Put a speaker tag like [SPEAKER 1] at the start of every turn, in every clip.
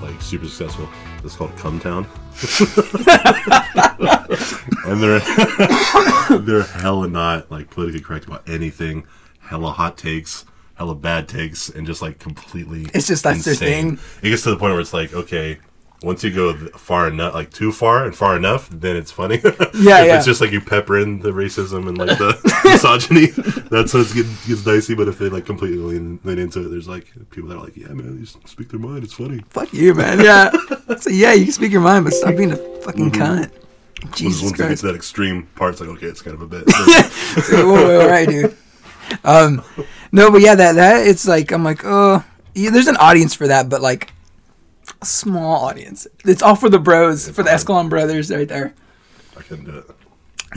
[SPEAKER 1] like super successful. It's called Come Town. and they're they're hella not like politically correct about anything. Hella hot takes, hella bad takes, and just like completely.
[SPEAKER 2] It's just that's their
[SPEAKER 1] insane.
[SPEAKER 2] thing.
[SPEAKER 1] It gets to the point where it's like, okay, once you go th- far enough, like too far and far enough, then it's funny.
[SPEAKER 2] Yeah,
[SPEAKER 1] if
[SPEAKER 2] yeah.
[SPEAKER 1] It's just like you pepper in the racism and like the misogyny. That's when it gets, gets dicey. But if they like completely lean, lean into it, there's like people that are like, yeah, man, they just speak their mind. It's funny.
[SPEAKER 2] Fuck you, man. Yeah. so yeah, you can speak your mind, but stop being a fucking cunt.
[SPEAKER 1] Once,
[SPEAKER 2] Jesus
[SPEAKER 1] once you get
[SPEAKER 2] Christ.
[SPEAKER 1] Mm-hmm. to that extreme part, it's like, okay, it's kind of a bit.
[SPEAKER 2] It's like, whoa, whoa, all right, dude. Um, no, but yeah, that that it's like I'm like, oh, yeah, there's an audience for that, but like a small audience. It's all for the bros, for the Escalon brothers, right there.
[SPEAKER 1] I couldn't do it.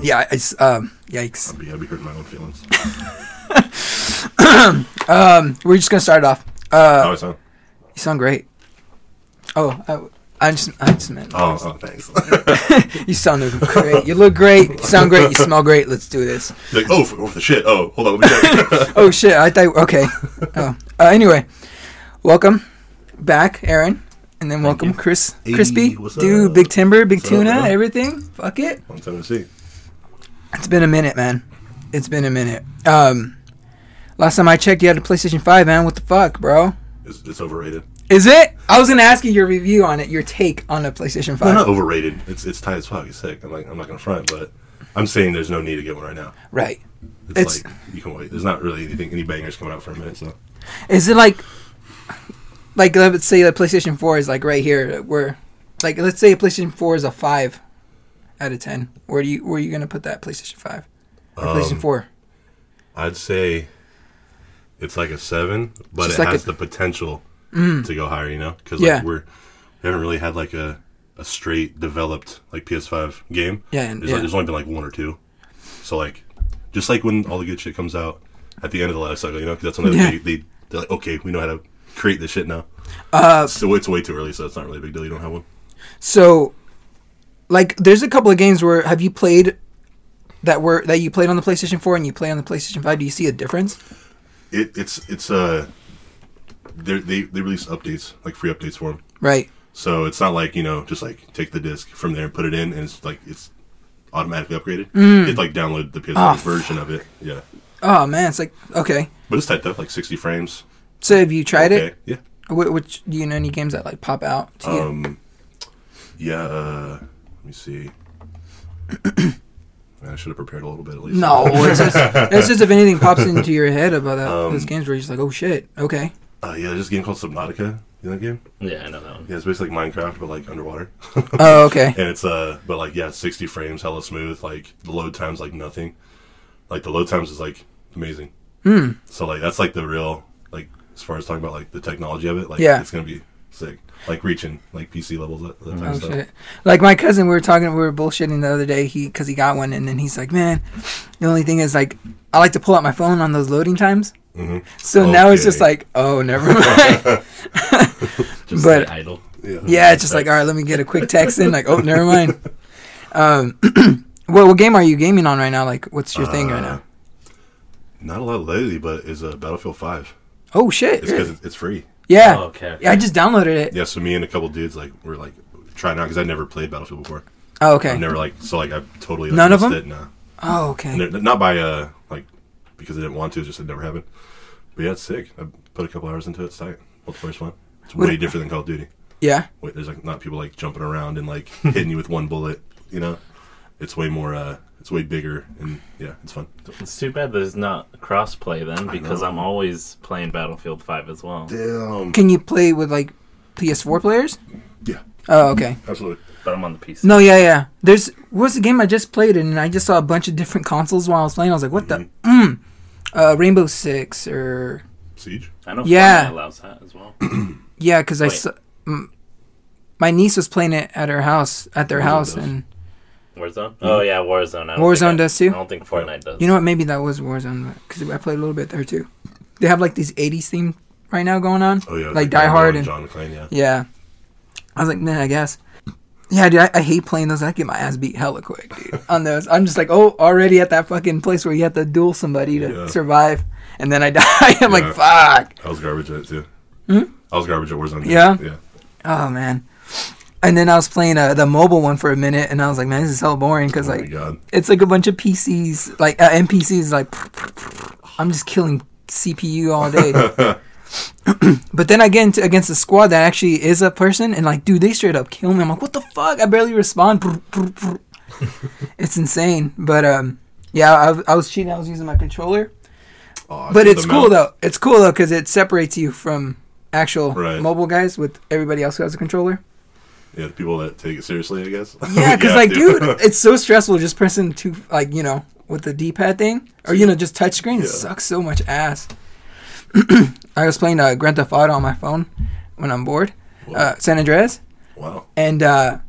[SPEAKER 2] Yeah, it's um, yikes.
[SPEAKER 1] I'd be, I'd be hurting my own feelings.
[SPEAKER 2] We're just gonna start it off.
[SPEAKER 1] How I sound?
[SPEAKER 2] You sound great. Oh, I, I just, I just meant
[SPEAKER 1] Oh, oh, thanks.
[SPEAKER 2] you sound great. You look great. You sound great. You smell great. Let's do this.
[SPEAKER 1] like, oh, for, oh, for the shit. Oh, hold on. Let me check.
[SPEAKER 2] Oh shit! I thought okay. Oh, uh, anyway, welcome back, Aaron, and then welcome,
[SPEAKER 1] you.
[SPEAKER 2] Chris,
[SPEAKER 1] Hey,
[SPEAKER 2] Crispy,
[SPEAKER 1] what's
[SPEAKER 2] dude,
[SPEAKER 1] up?
[SPEAKER 2] Big Timber, Big
[SPEAKER 1] What's up,
[SPEAKER 2] Tuna,
[SPEAKER 1] man?
[SPEAKER 2] everything. Fuck it.
[SPEAKER 1] Long time to see.
[SPEAKER 2] It's been a minute, man. It's been a minute. Um, last time I checked, you had a PlayStation Five, man. What the fuck, bro?
[SPEAKER 1] It's, it's overrated.
[SPEAKER 2] Is it? I was gonna ask you your review on it, your take on a PlayStation
[SPEAKER 1] No,
[SPEAKER 2] Five.
[SPEAKER 1] not overrated. It's it's tight as fuck. It's sick. I'm like, I'm not gonna front, but I'm saying there's no need to get one right now.
[SPEAKER 2] Right.
[SPEAKER 1] It's,
[SPEAKER 2] It's-
[SPEAKER 1] like you can wait. There's not really anything any bangers coming out for a minute. So
[SPEAKER 2] Is it like, like let's say the PlayStation Four is like right here, where, like let's say a PlayStation Four is a five out of ten. Where do you where are you gonna put that PlayStation Five or PlayStation Four?
[SPEAKER 1] I'd say it's like a seven, but
[SPEAKER 2] Just
[SPEAKER 1] it
[SPEAKER 2] like
[SPEAKER 1] has
[SPEAKER 2] a- Mm.
[SPEAKER 1] the potential to go higher. You know, because like
[SPEAKER 2] Yeah.
[SPEAKER 1] we're we haven't really had like a a straight developed like PS5 game.
[SPEAKER 2] Yeah, and-
[SPEAKER 1] there's,
[SPEAKER 2] yeah.
[SPEAKER 1] Like, there's only been like one or two. So like, just like when all the good shit comes out at the end of the life cycle, you know, 'cause that's when
[SPEAKER 2] Yeah.
[SPEAKER 1] they, they they're like, okay, we know how to create this shit now.
[SPEAKER 2] Uh,
[SPEAKER 1] so it's way too early, so it's not really a big deal. You don't have one.
[SPEAKER 2] So, like there's a couple of games where have you played that were that you played on the PlayStation Four and you play on the PlayStation Five? Do you see a difference?
[SPEAKER 1] It, it's it's uh, they're- they they release updates like free updates for them.
[SPEAKER 2] Right.
[SPEAKER 1] So it's not like you know, just like take the disc from there and put it in, and it's like it's automatically upgraded.
[SPEAKER 2] Mm.
[SPEAKER 1] It's like download the
[SPEAKER 2] Ah,
[SPEAKER 1] PS5 version of it. Yeah,
[SPEAKER 2] Oh man, it's like okay.
[SPEAKER 1] but it's tight though, like sixty frames.
[SPEAKER 2] So have you tried
[SPEAKER 1] Okay,
[SPEAKER 2] it?
[SPEAKER 1] yeah,
[SPEAKER 2] Which, which do you know any games that like pop out to you?
[SPEAKER 1] yeah. Uh, let me see. Man, I should have prepared a little bit at least.
[SPEAKER 2] No, it's just, it's just if anything pops into your head about that,
[SPEAKER 1] Um,
[SPEAKER 2] those games where you're just like, oh shit, okay.
[SPEAKER 1] Uh, yeah, there's this game called Subnautica. You know that game?
[SPEAKER 3] Yeah, I know that one.
[SPEAKER 1] Yeah, it's basically like Minecraft, but like underwater.
[SPEAKER 2] Oh, okay.
[SPEAKER 1] and it's uh but like yeah 60 frames hella smooth like the load times like nothing like the load times is like amazing
[SPEAKER 2] Hmm.
[SPEAKER 1] mm. so like that's like the real like as far as talking about like the technology of it like
[SPEAKER 2] Yeah.
[SPEAKER 1] it's gonna be sick like reaching like pc levels that, that type
[SPEAKER 2] Oh,
[SPEAKER 1] of stuff.
[SPEAKER 2] shit. Like my cousin, we were talking, we were bullshitting the other day. He, cause he got one, and then he's like, man, the only thing is like, I like to pull out my phone on those loading times. So now it's just
[SPEAKER 1] Mm-hmm. Okay.
[SPEAKER 2] like, oh, never mind.
[SPEAKER 3] Just
[SPEAKER 2] But-
[SPEAKER 3] but, idle.
[SPEAKER 2] yeah, it's just like, all right, let me get a quick text in. Like, oh, never mind. Um, what, what game are you gaming on right now? Like, what's your thing
[SPEAKER 1] Uh,
[SPEAKER 2] right now?
[SPEAKER 1] not a lot lately but is uh, battlefield 5
[SPEAKER 2] Oh shit!
[SPEAKER 1] it's because it's, it's free
[SPEAKER 2] Yeah,
[SPEAKER 3] Oh, okay, okay.
[SPEAKER 2] yeah. I just downloaded it.
[SPEAKER 1] yeah so me and a couple dudes like were like trying out because i never played battlefield before
[SPEAKER 2] Oh okay.
[SPEAKER 1] i've never like so like i've totally like,
[SPEAKER 2] None of
[SPEAKER 1] missed
[SPEAKER 2] them?
[SPEAKER 1] it, nah.
[SPEAKER 2] Oh okay.
[SPEAKER 1] And they're- not by uh like because they didn't want to, it just it never happened. But yeah, it's sick. I put a couple hours into it. It's tight. Multiplayer's fun. It's way
[SPEAKER 2] What-
[SPEAKER 1] different than Call of Duty.
[SPEAKER 2] yeah.
[SPEAKER 1] Wait, there's like not people like jumping around and like hitting you with one bullet. You know, it's way more. uh It's way bigger and yeah, it's fun.
[SPEAKER 3] It's too bad there's not crossplay then, because
[SPEAKER 1] know.
[SPEAKER 3] I'm always playing Battlefield 5 as well.
[SPEAKER 1] Damn.
[SPEAKER 2] Can you play with like PS4 players?
[SPEAKER 1] Yeah,
[SPEAKER 2] Oh, okay.
[SPEAKER 1] absolutely.
[SPEAKER 3] But I'm on the PC.
[SPEAKER 2] No, yeah, yeah. There's what's the game I just played and I just saw a bunch of different consoles while I was playing. I was like, what
[SPEAKER 1] Mm-hmm.
[SPEAKER 2] the? Mm. Uh, Rainbow Six or
[SPEAKER 1] Siege.
[SPEAKER 3] I know
[SPEAKER 2] Yeah.
[SPEAKER 3] Fortnite allows that as well.
[SPEAKER 2] yeah, because I
[SPEAKER 3] Wait.
[SPEAKER 2] saw, mm, my niece was playing it at her house at their
[SPEAKER 1] Warzone
[SPEAKER 2] house
[SPEAKER 1] does.
[SPEAKER 2] and
[SPEAKER 3] Warzone? Oh, yeah, Warzone. I don't
[SPEAKER 2] Warzone
[SPEAKER 3] think I-
[SPEAKER 2] does too?
[SPEAKER 3] I don't think Fortnite does.
[SPEAKER 2] you know what? Maybe that was Warzone because I played a little bit there too. They have like these '80s themed right now going on.
[SPEAKER 1] Oh yeah,
[SPEAKER 2] like Die Hard and
[SPEAKER 1] John McClane. Yeah,
[SPEAKER 2] yeah. I was like, man, I guess. Yeah, dude, I, I hate playing those. I get my ass beat hella quick, dude. On those, I'm just like, oh, already at that fucking place where you have to duel somebody to
[SPEAKER 1] Yeah.
[SPEAKER 2] survive, and then I die. I'm like,
[SPEAKER 1] Yeah.
[SPEAKER 2] fuck.
[SPEAKER 1] I was garbage at it too. I was garbage at Warzone. too.
[SPEAKER 2] Hmm? Yeah?
[SPEAKER 1] yeah.
[SPEAKER 2] Oh man. And then I was playing uh, the mobile one for a minute, and I was like, man, this is hella boring because
[SPEAKER 1] oh my
[SPEAKER 2] like
[SPEAKER 1] god,
[SPEAKER 2] it's like a bunch of PCs, like uh, NPCs. Like I'm just killing CPU all day. but then I get into, against a squad that actually is a person, and like, dude, they straight up kill me. I'm like, what the fuck? I barely respond. it's insane. But um, yeah, I, I was cheating. I was using my controller.
[SPEAKER 1] Aw,
[SPEAKER 2] But
[SPEAKER 1] the
[SPEAKER 2] it's cool
[SPEAKER 1] mount.
[SPEAKER 2] though. It's cool though because it separates you from actual
[SPEAKER 1] Right.
[SPEAKER 2] mobile guys with everybody else who has a controller.
[SPEAKER 1] Yeah, the people that take it seriously, I guess.
[SPEAKER 2] Yeah, because like, dude, it's so stressful just pressing two, like you know, with the D-pad thing, or you know, just touch screen
[SPEAKER 1] Yeah.
[SPEAKER 2] sucks so much ass. I was playing uh, Grand Theft Auto on my phone when I'm bored,
[SPEAKER 1] Whoa.
[SPEAKER 2] uh, San Andreas,
[SPEAKER 1] wow.
[SPEAKER 2] and uh,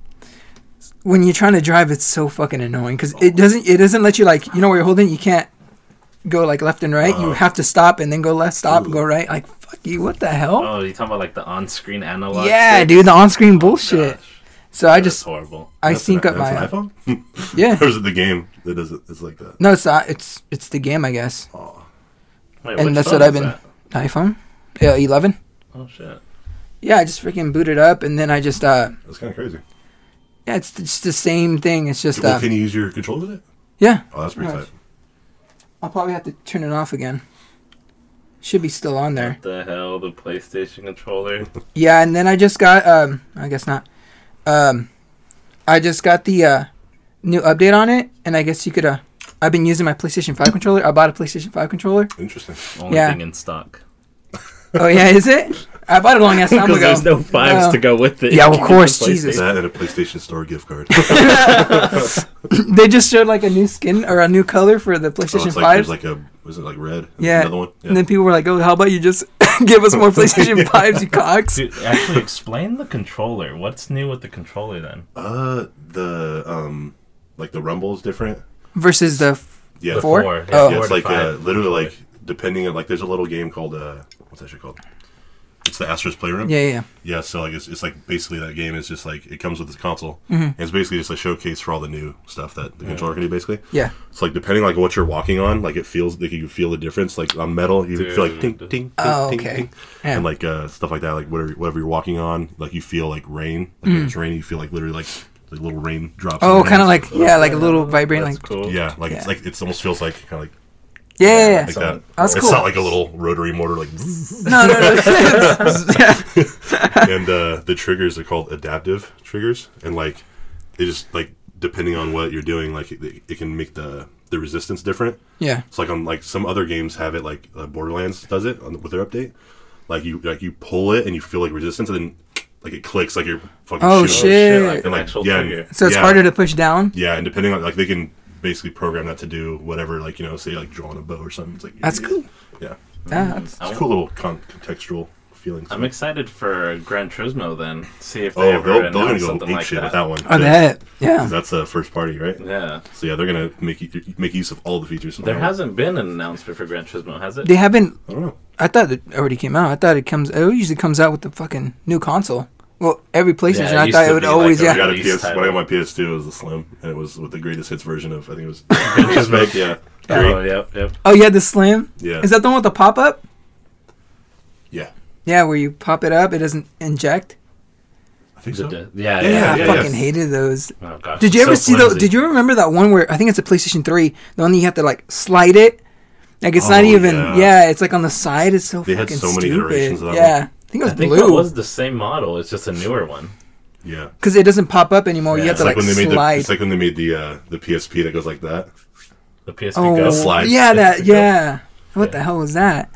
[SPEAKER 2] when you're trying to drive, it's so fucking annoying because it doesn't it doesn't let you like you know where you're holding, you can't go like left and right. You
[SPEAKER 1] Uh-huh.
[SPEAKER 2] have to stop and then go left, stop,
[SPEAKER 1] Ooh.
[SPEAKER 2] go right. Like fuck you, what the hell?
[SPEAKER 3] Oh, you talking about like the on-screen analog?
[SPEAKER 2] yeah,
[SPEAKER 3] stick?
[SPEAKER 2] dude, the on-screen
[SPEAKER 3] Gosh,
[SPEAKER 2] bullshit. so I
[SPEAKER 3] that's
[SPEAKER 2] just
[SPEAKER 3] horrible.
[SPEAKER 2] I
[SPEAKER 1] That's an-
[SPEAKER 2] sync up my
[SPEAKER 1] that's an iPhone.
[SPEAKER 2] yeah.
[SPEAKER 1] or is it the game that does it? It's like that.
[SPEAKER 2] No, it's not. It's it's the game, I guess.
[SPEAKER 1] Aw.
[SPEAKER 3] Wait,
[SPEAKER 2] and
[SPEAKER 3] which
[SPEAKER 2] that's
[SPEAKER 3] phone
[SPEAKER 2] what I've
[SPEAKER 3] is
[SPEAKER 2] been
[SPEAKER 3] that?
[SPEAKER 2] iPhone, yeah, eleven.
[SPEAKER 3] Oh shit.
[SPEAKER 2] Yeah, I just freaking booted up, and then I just uh,
[SPEAKER 1] That's kind of crazy.
[SPEAKER 2] yeah, it's just the same thing. It's just
[SPEAKER 1] Well,
[SPEAKER 2] uh,
[SPEAKER 1] can you use your controller with it?
[SPEAKER 2] yeah.
[SPEAKER 1] Oh, that's pretty
[SPEAKER 2] Nice.
[SPEAKER 1] tight.
[SPEAKER 2] I'll probably have to turn it off again. Should be still on there.
[SPEAKER 3] What the hell, the PlayStation controller?
[SPEAKER 2] Yeah, and then I just got um, I guess not. Um, I just got the uh, new update on it, and I guess you could uh, I've been using my PlayStation Five controller. I bought a PlayStation Five controller.
[SPEAKER 1] Interesting.
[SPEAKER 3] Only
[SPEAKER 2] Yeah.
[SPEAKER 3] thing in stock.
[SPEAKER 2] Oh yeah, is it? I bought it a long ass time ago.
[SPEAKER 3] Because there's no fives
[SPEAKER 2] Wow.
[SPEAKER 3] to go with it.
[SPEAKER 2] Yeah, of
[SPEAKER 3] You can get
[SPEAKER 2] course,
[SPEAKER 3] the
[SPEAKER 2] Jesus.
[SPEAKER 3] PlayStation.
[SPEAKER 1] That and a PlayStation Store gift card.
[SPEAKER 2] they just showed like a new skin or a new color for the
[SPEAKER 1] oh,
[SPEAKER 2] PlayStation
[SPEAKER 1] it's like
[SPEAKER 2] Five.
[SPEAKER 1] there's like a was it like red?
[SPEAKER 2] Yeah.
[SPEAKER 1] Another one. Yeah.
[SPEAKER 2] And then people were like, "Oh, how about you just give us more PlayStation Fives, you cocks?"
[SPEAKER 3] Dude, actually, explain the controller. What's new with the controller then?
[SPEAKER 1] uh, the um, like the rumble is different.
[SPEAKER 2] Versus the f-
[SPEAKER 1] Yeah.
[SPEAKER 3] The
[SPEAKER 1] Yeah,
[SPEAKER 2] Four?
[SPEAKER 3] four.
[SPEAKER 2] Oh.
[SPEAKER 3] four
[SPEAKER 1] it's
[SPEAKER 3] to
[SPEAKER 1] like uh,
[SPEAKER 3] five.
[SPEAKER 1] literally like depending on like there's a little game called uh, what's that shit called? It's the Astro's Playroom.
[SPEAKER 2] yeah, yeah, yeah.
[SPEAKER 1] Yeah, so like it's, it's like basically that game is just like it comes with this console.
[SPEAKER 2] Mm-hmm.
[SPEAKER 1] And it's basically just a showcase for all the new stuff that the controller can do basically.
[SPEAKER 2] yeah.
[SPEAKER 1] So like depending like what you're walking on, like it feels like you can feel the difference. Like on metal, you feel like ting
[SPEAKER 3] Dude.
[SPEAKER 1] ting ting
[SPEAKER 2] Oh,
[SPEAKER 1] ting,
[SPEAKER 2] okay.
[SPEAKER 1] ting.
[SPEAKER 2] Yeah.
[SPEAKER 1] and like uh, stuff like that. Like whatever whatever you're walking on, like you feel like rain. Like when it's raining, you feel like literally like like little rain drops.
[SPEAKER 2] Mm. Oh,
[SPEAKER 1] on your
[SPEAKER 2] kind of
[SPEAKER 1] hands.
[SPEAKER 2] like yeah, like a little vibrating,
[SPEAKER 3] That's
[SPEAKER 2] like
[SPEAKER 3] cool.
[SPEAKER 1] yeah, like it's
[SPEAKER 2] Yeah.
[SPEAKER 1] like it's almost feels like kind of like
[SPEAKER 2] yeah, yeah,
[SPEAKER 1] like
[SPEAKER 2] yeah.
[SPEAKER 1] that.
[SPEAKER 2] That's
[SPEAKER 1] it's
[SPEAKER 2] cool.
[SPEAKER 1] not like a little rotary motor like.
[SPEAKER 2] No, no, no. Yeah.
[SPEAKER 1] and uh, the triggers are called adaptive triggers, and like it just like depending on what you're doing, like it, it can make the the resistance different.
[SPEAKER 2] yeah,
[SPEAKER 1] It's like on like some other games have it like uh, Borderlands does it on, with their update. Like you like you pull it and you feel like resistance, and then like it clicks like you're fucking
[SPEAKER 2] Oh,
[SPEAKER 1] shooting.
[SPEAKER 2] shit.
[SPEAKER 3] like
[SPEAKER 1] And
[SPEAKER 3] an
[SPEAKER 1] like
[SPEAKER 3] actual
[SPEAKER 1] yeah,
[SPEAKER 3] trigger.
[SPEAKER 1] and-
[SPEAKER 2] So it's
[SPEAKER 1] yeah,
[SPEAKER 2] harder to push down.
[SPEAKER 1] Yeah, and depending on like they can basically program that to do whatever like you know say like drawing a bow or something. It's like
[SPEAKER 2] That's
[SPEAKER 1] yeah,
[SPEAKER 2] cool.
[SPEAKER 1] Yeah,
[SPEAKER 2] That's
[SPEAKER 1] it's a cool little con- contextual feelings.
[SPEAKER 3] I'm excited for Gran Turismo then. See if they
[SPEAKER 1] Oh,
[SPEAKER 3] ever
[SPEAKER 1] they'll, they're
[SPEAKER 3] announce
[SPEAKER 1] gonna go
[SPEAKER 3] something
[SPEAKER 1] ape
[SPEAKER 3] like
[SPEAKER 1] shit
[SPEAKER 3] that.
[SPEAKER 1] with that one.
[SPEAKER 2] oh,
[SPEAKER 1] too.
[SPEAKER 2] that
[SPEAKER 1] Because
[SPEAKER 2] yeah.
[SPEAKER 1] that's the first party, right?
[SPEAKER 3] Yeah.
[SPEAKER 1] So yeah, they're gonna make u- make use of all the features. from
[SPEAKER 3] There
[SPEAKER 1] that
[SPEAKER 3] hasn't been an announcement for Gran Turismo, has it?
[SPEAKER 2] They haven't.
[SPEAKER 1] one. I don't know.
[SPEAKER 2] I thought it already came out. I thought it comes. It usually comes out with the fucking new console. Well, every PlayStation.
[SPEAKER 3] it
[SPEAKER 2] I
[SPEAKER 3] used
[SPEAKER 2] thought
[SPEAKER 3] to
[SPEAKER 2] it would
[SPEAKER 3] be like
[SPEAKER 2] always.
[SPEAKER 3] a-
[SPEAKER 1] I
[SPEAKER 2] yeah.
[SPEAKER 1] got a
[SPEAKER 3] Release
[SPEAKER 1] PS. When I
[SPEAKER 3] title.
[SPEAKER 1] got my PS2, it was the Slim, and it was with the greatest hits version of. I think it was. it was back, yeah.
[SPEAKER 3] Oh, yep, yep.
[SPEAKER 2] Oh yeah, the Slim.
[SPEAKER 1] Yeah.
[SPEAKER 2] Is that the one with the pop up?
[SPEAKER 1] Yeah.
[SPEAKER 2] Yeah, where you pop it up, it doesn't inject.
[SPEAKER 1] I think
[SPEAKER 3] The
[SPEAKER 1] so.
[SPEAKER 3] de-
[SPEAKER 1] Yeah,
[SPEAKER 3] Yeah, yeah,
[SPEAKER 2] Yeah,
[SPEAKER 3] yeah.
[SPEAKER 2] I
[SPEAKER 1] yeah,
[SPEAKER 2] fucking
[SPEAKER 1] yeah.
[SPEAKER 2] hated those.
[SPEAKER 3] Oh, gosh,
[SPEAKER 2] Did you
[SPEAKER 3] it's
[SPEAKER 2] ever
[SPEAKER 3] so
[SPEAKER 2] see the?
[SPEAKER 3] flimsy.
[SPEAKER 2] Did you remember that one where I think it's a PlayStation Three, the one that you have to like slide it? Like it's not
[SPEAKER 1] Oh,
[SPEAKER 2] even. Yeah.
[SPEAKER 1] yeah.
[SPEAKER 2] it's like on the side. It's so
[SPEAKER 1] They had
[SPEAKER 2] fucking
[SPEAKER 1] so many
[SPEAKER 2] stupid.
[SPEAKER 1] iterations of that
[SPEAKER 2] yeah, I think it was
[SPEAKER 3] I think
[SPEAKER 2] blue
[SPEAKER 3] it was the same model. It's just a newer one.
[SPEAKER 1] Yeah.
[SPEAKER 2] because it doesn't pop up anymore.
[SPEAKER 3] Yeah.
[SPEAKER 2] You have
[SPEAKER 1] It's
[SPEAKER 2] to
[SPEAKER 1] like,
[SPEAKER 2] like,
[SPEAKER 1] when they made the.
[SPEAKER 2] slide.
[SPEAKER 1] It's like when they made the uh, the PSP that goes like that.
[SPEAKER 3] The PSP Go.
[SPEAKER 2] oh,
[SPEAKER 1] slide.
[SPEAKER 2] yeah, that
[SPEAKER 1] It's like
[SPEAKER 2] yeah. What the hell was that?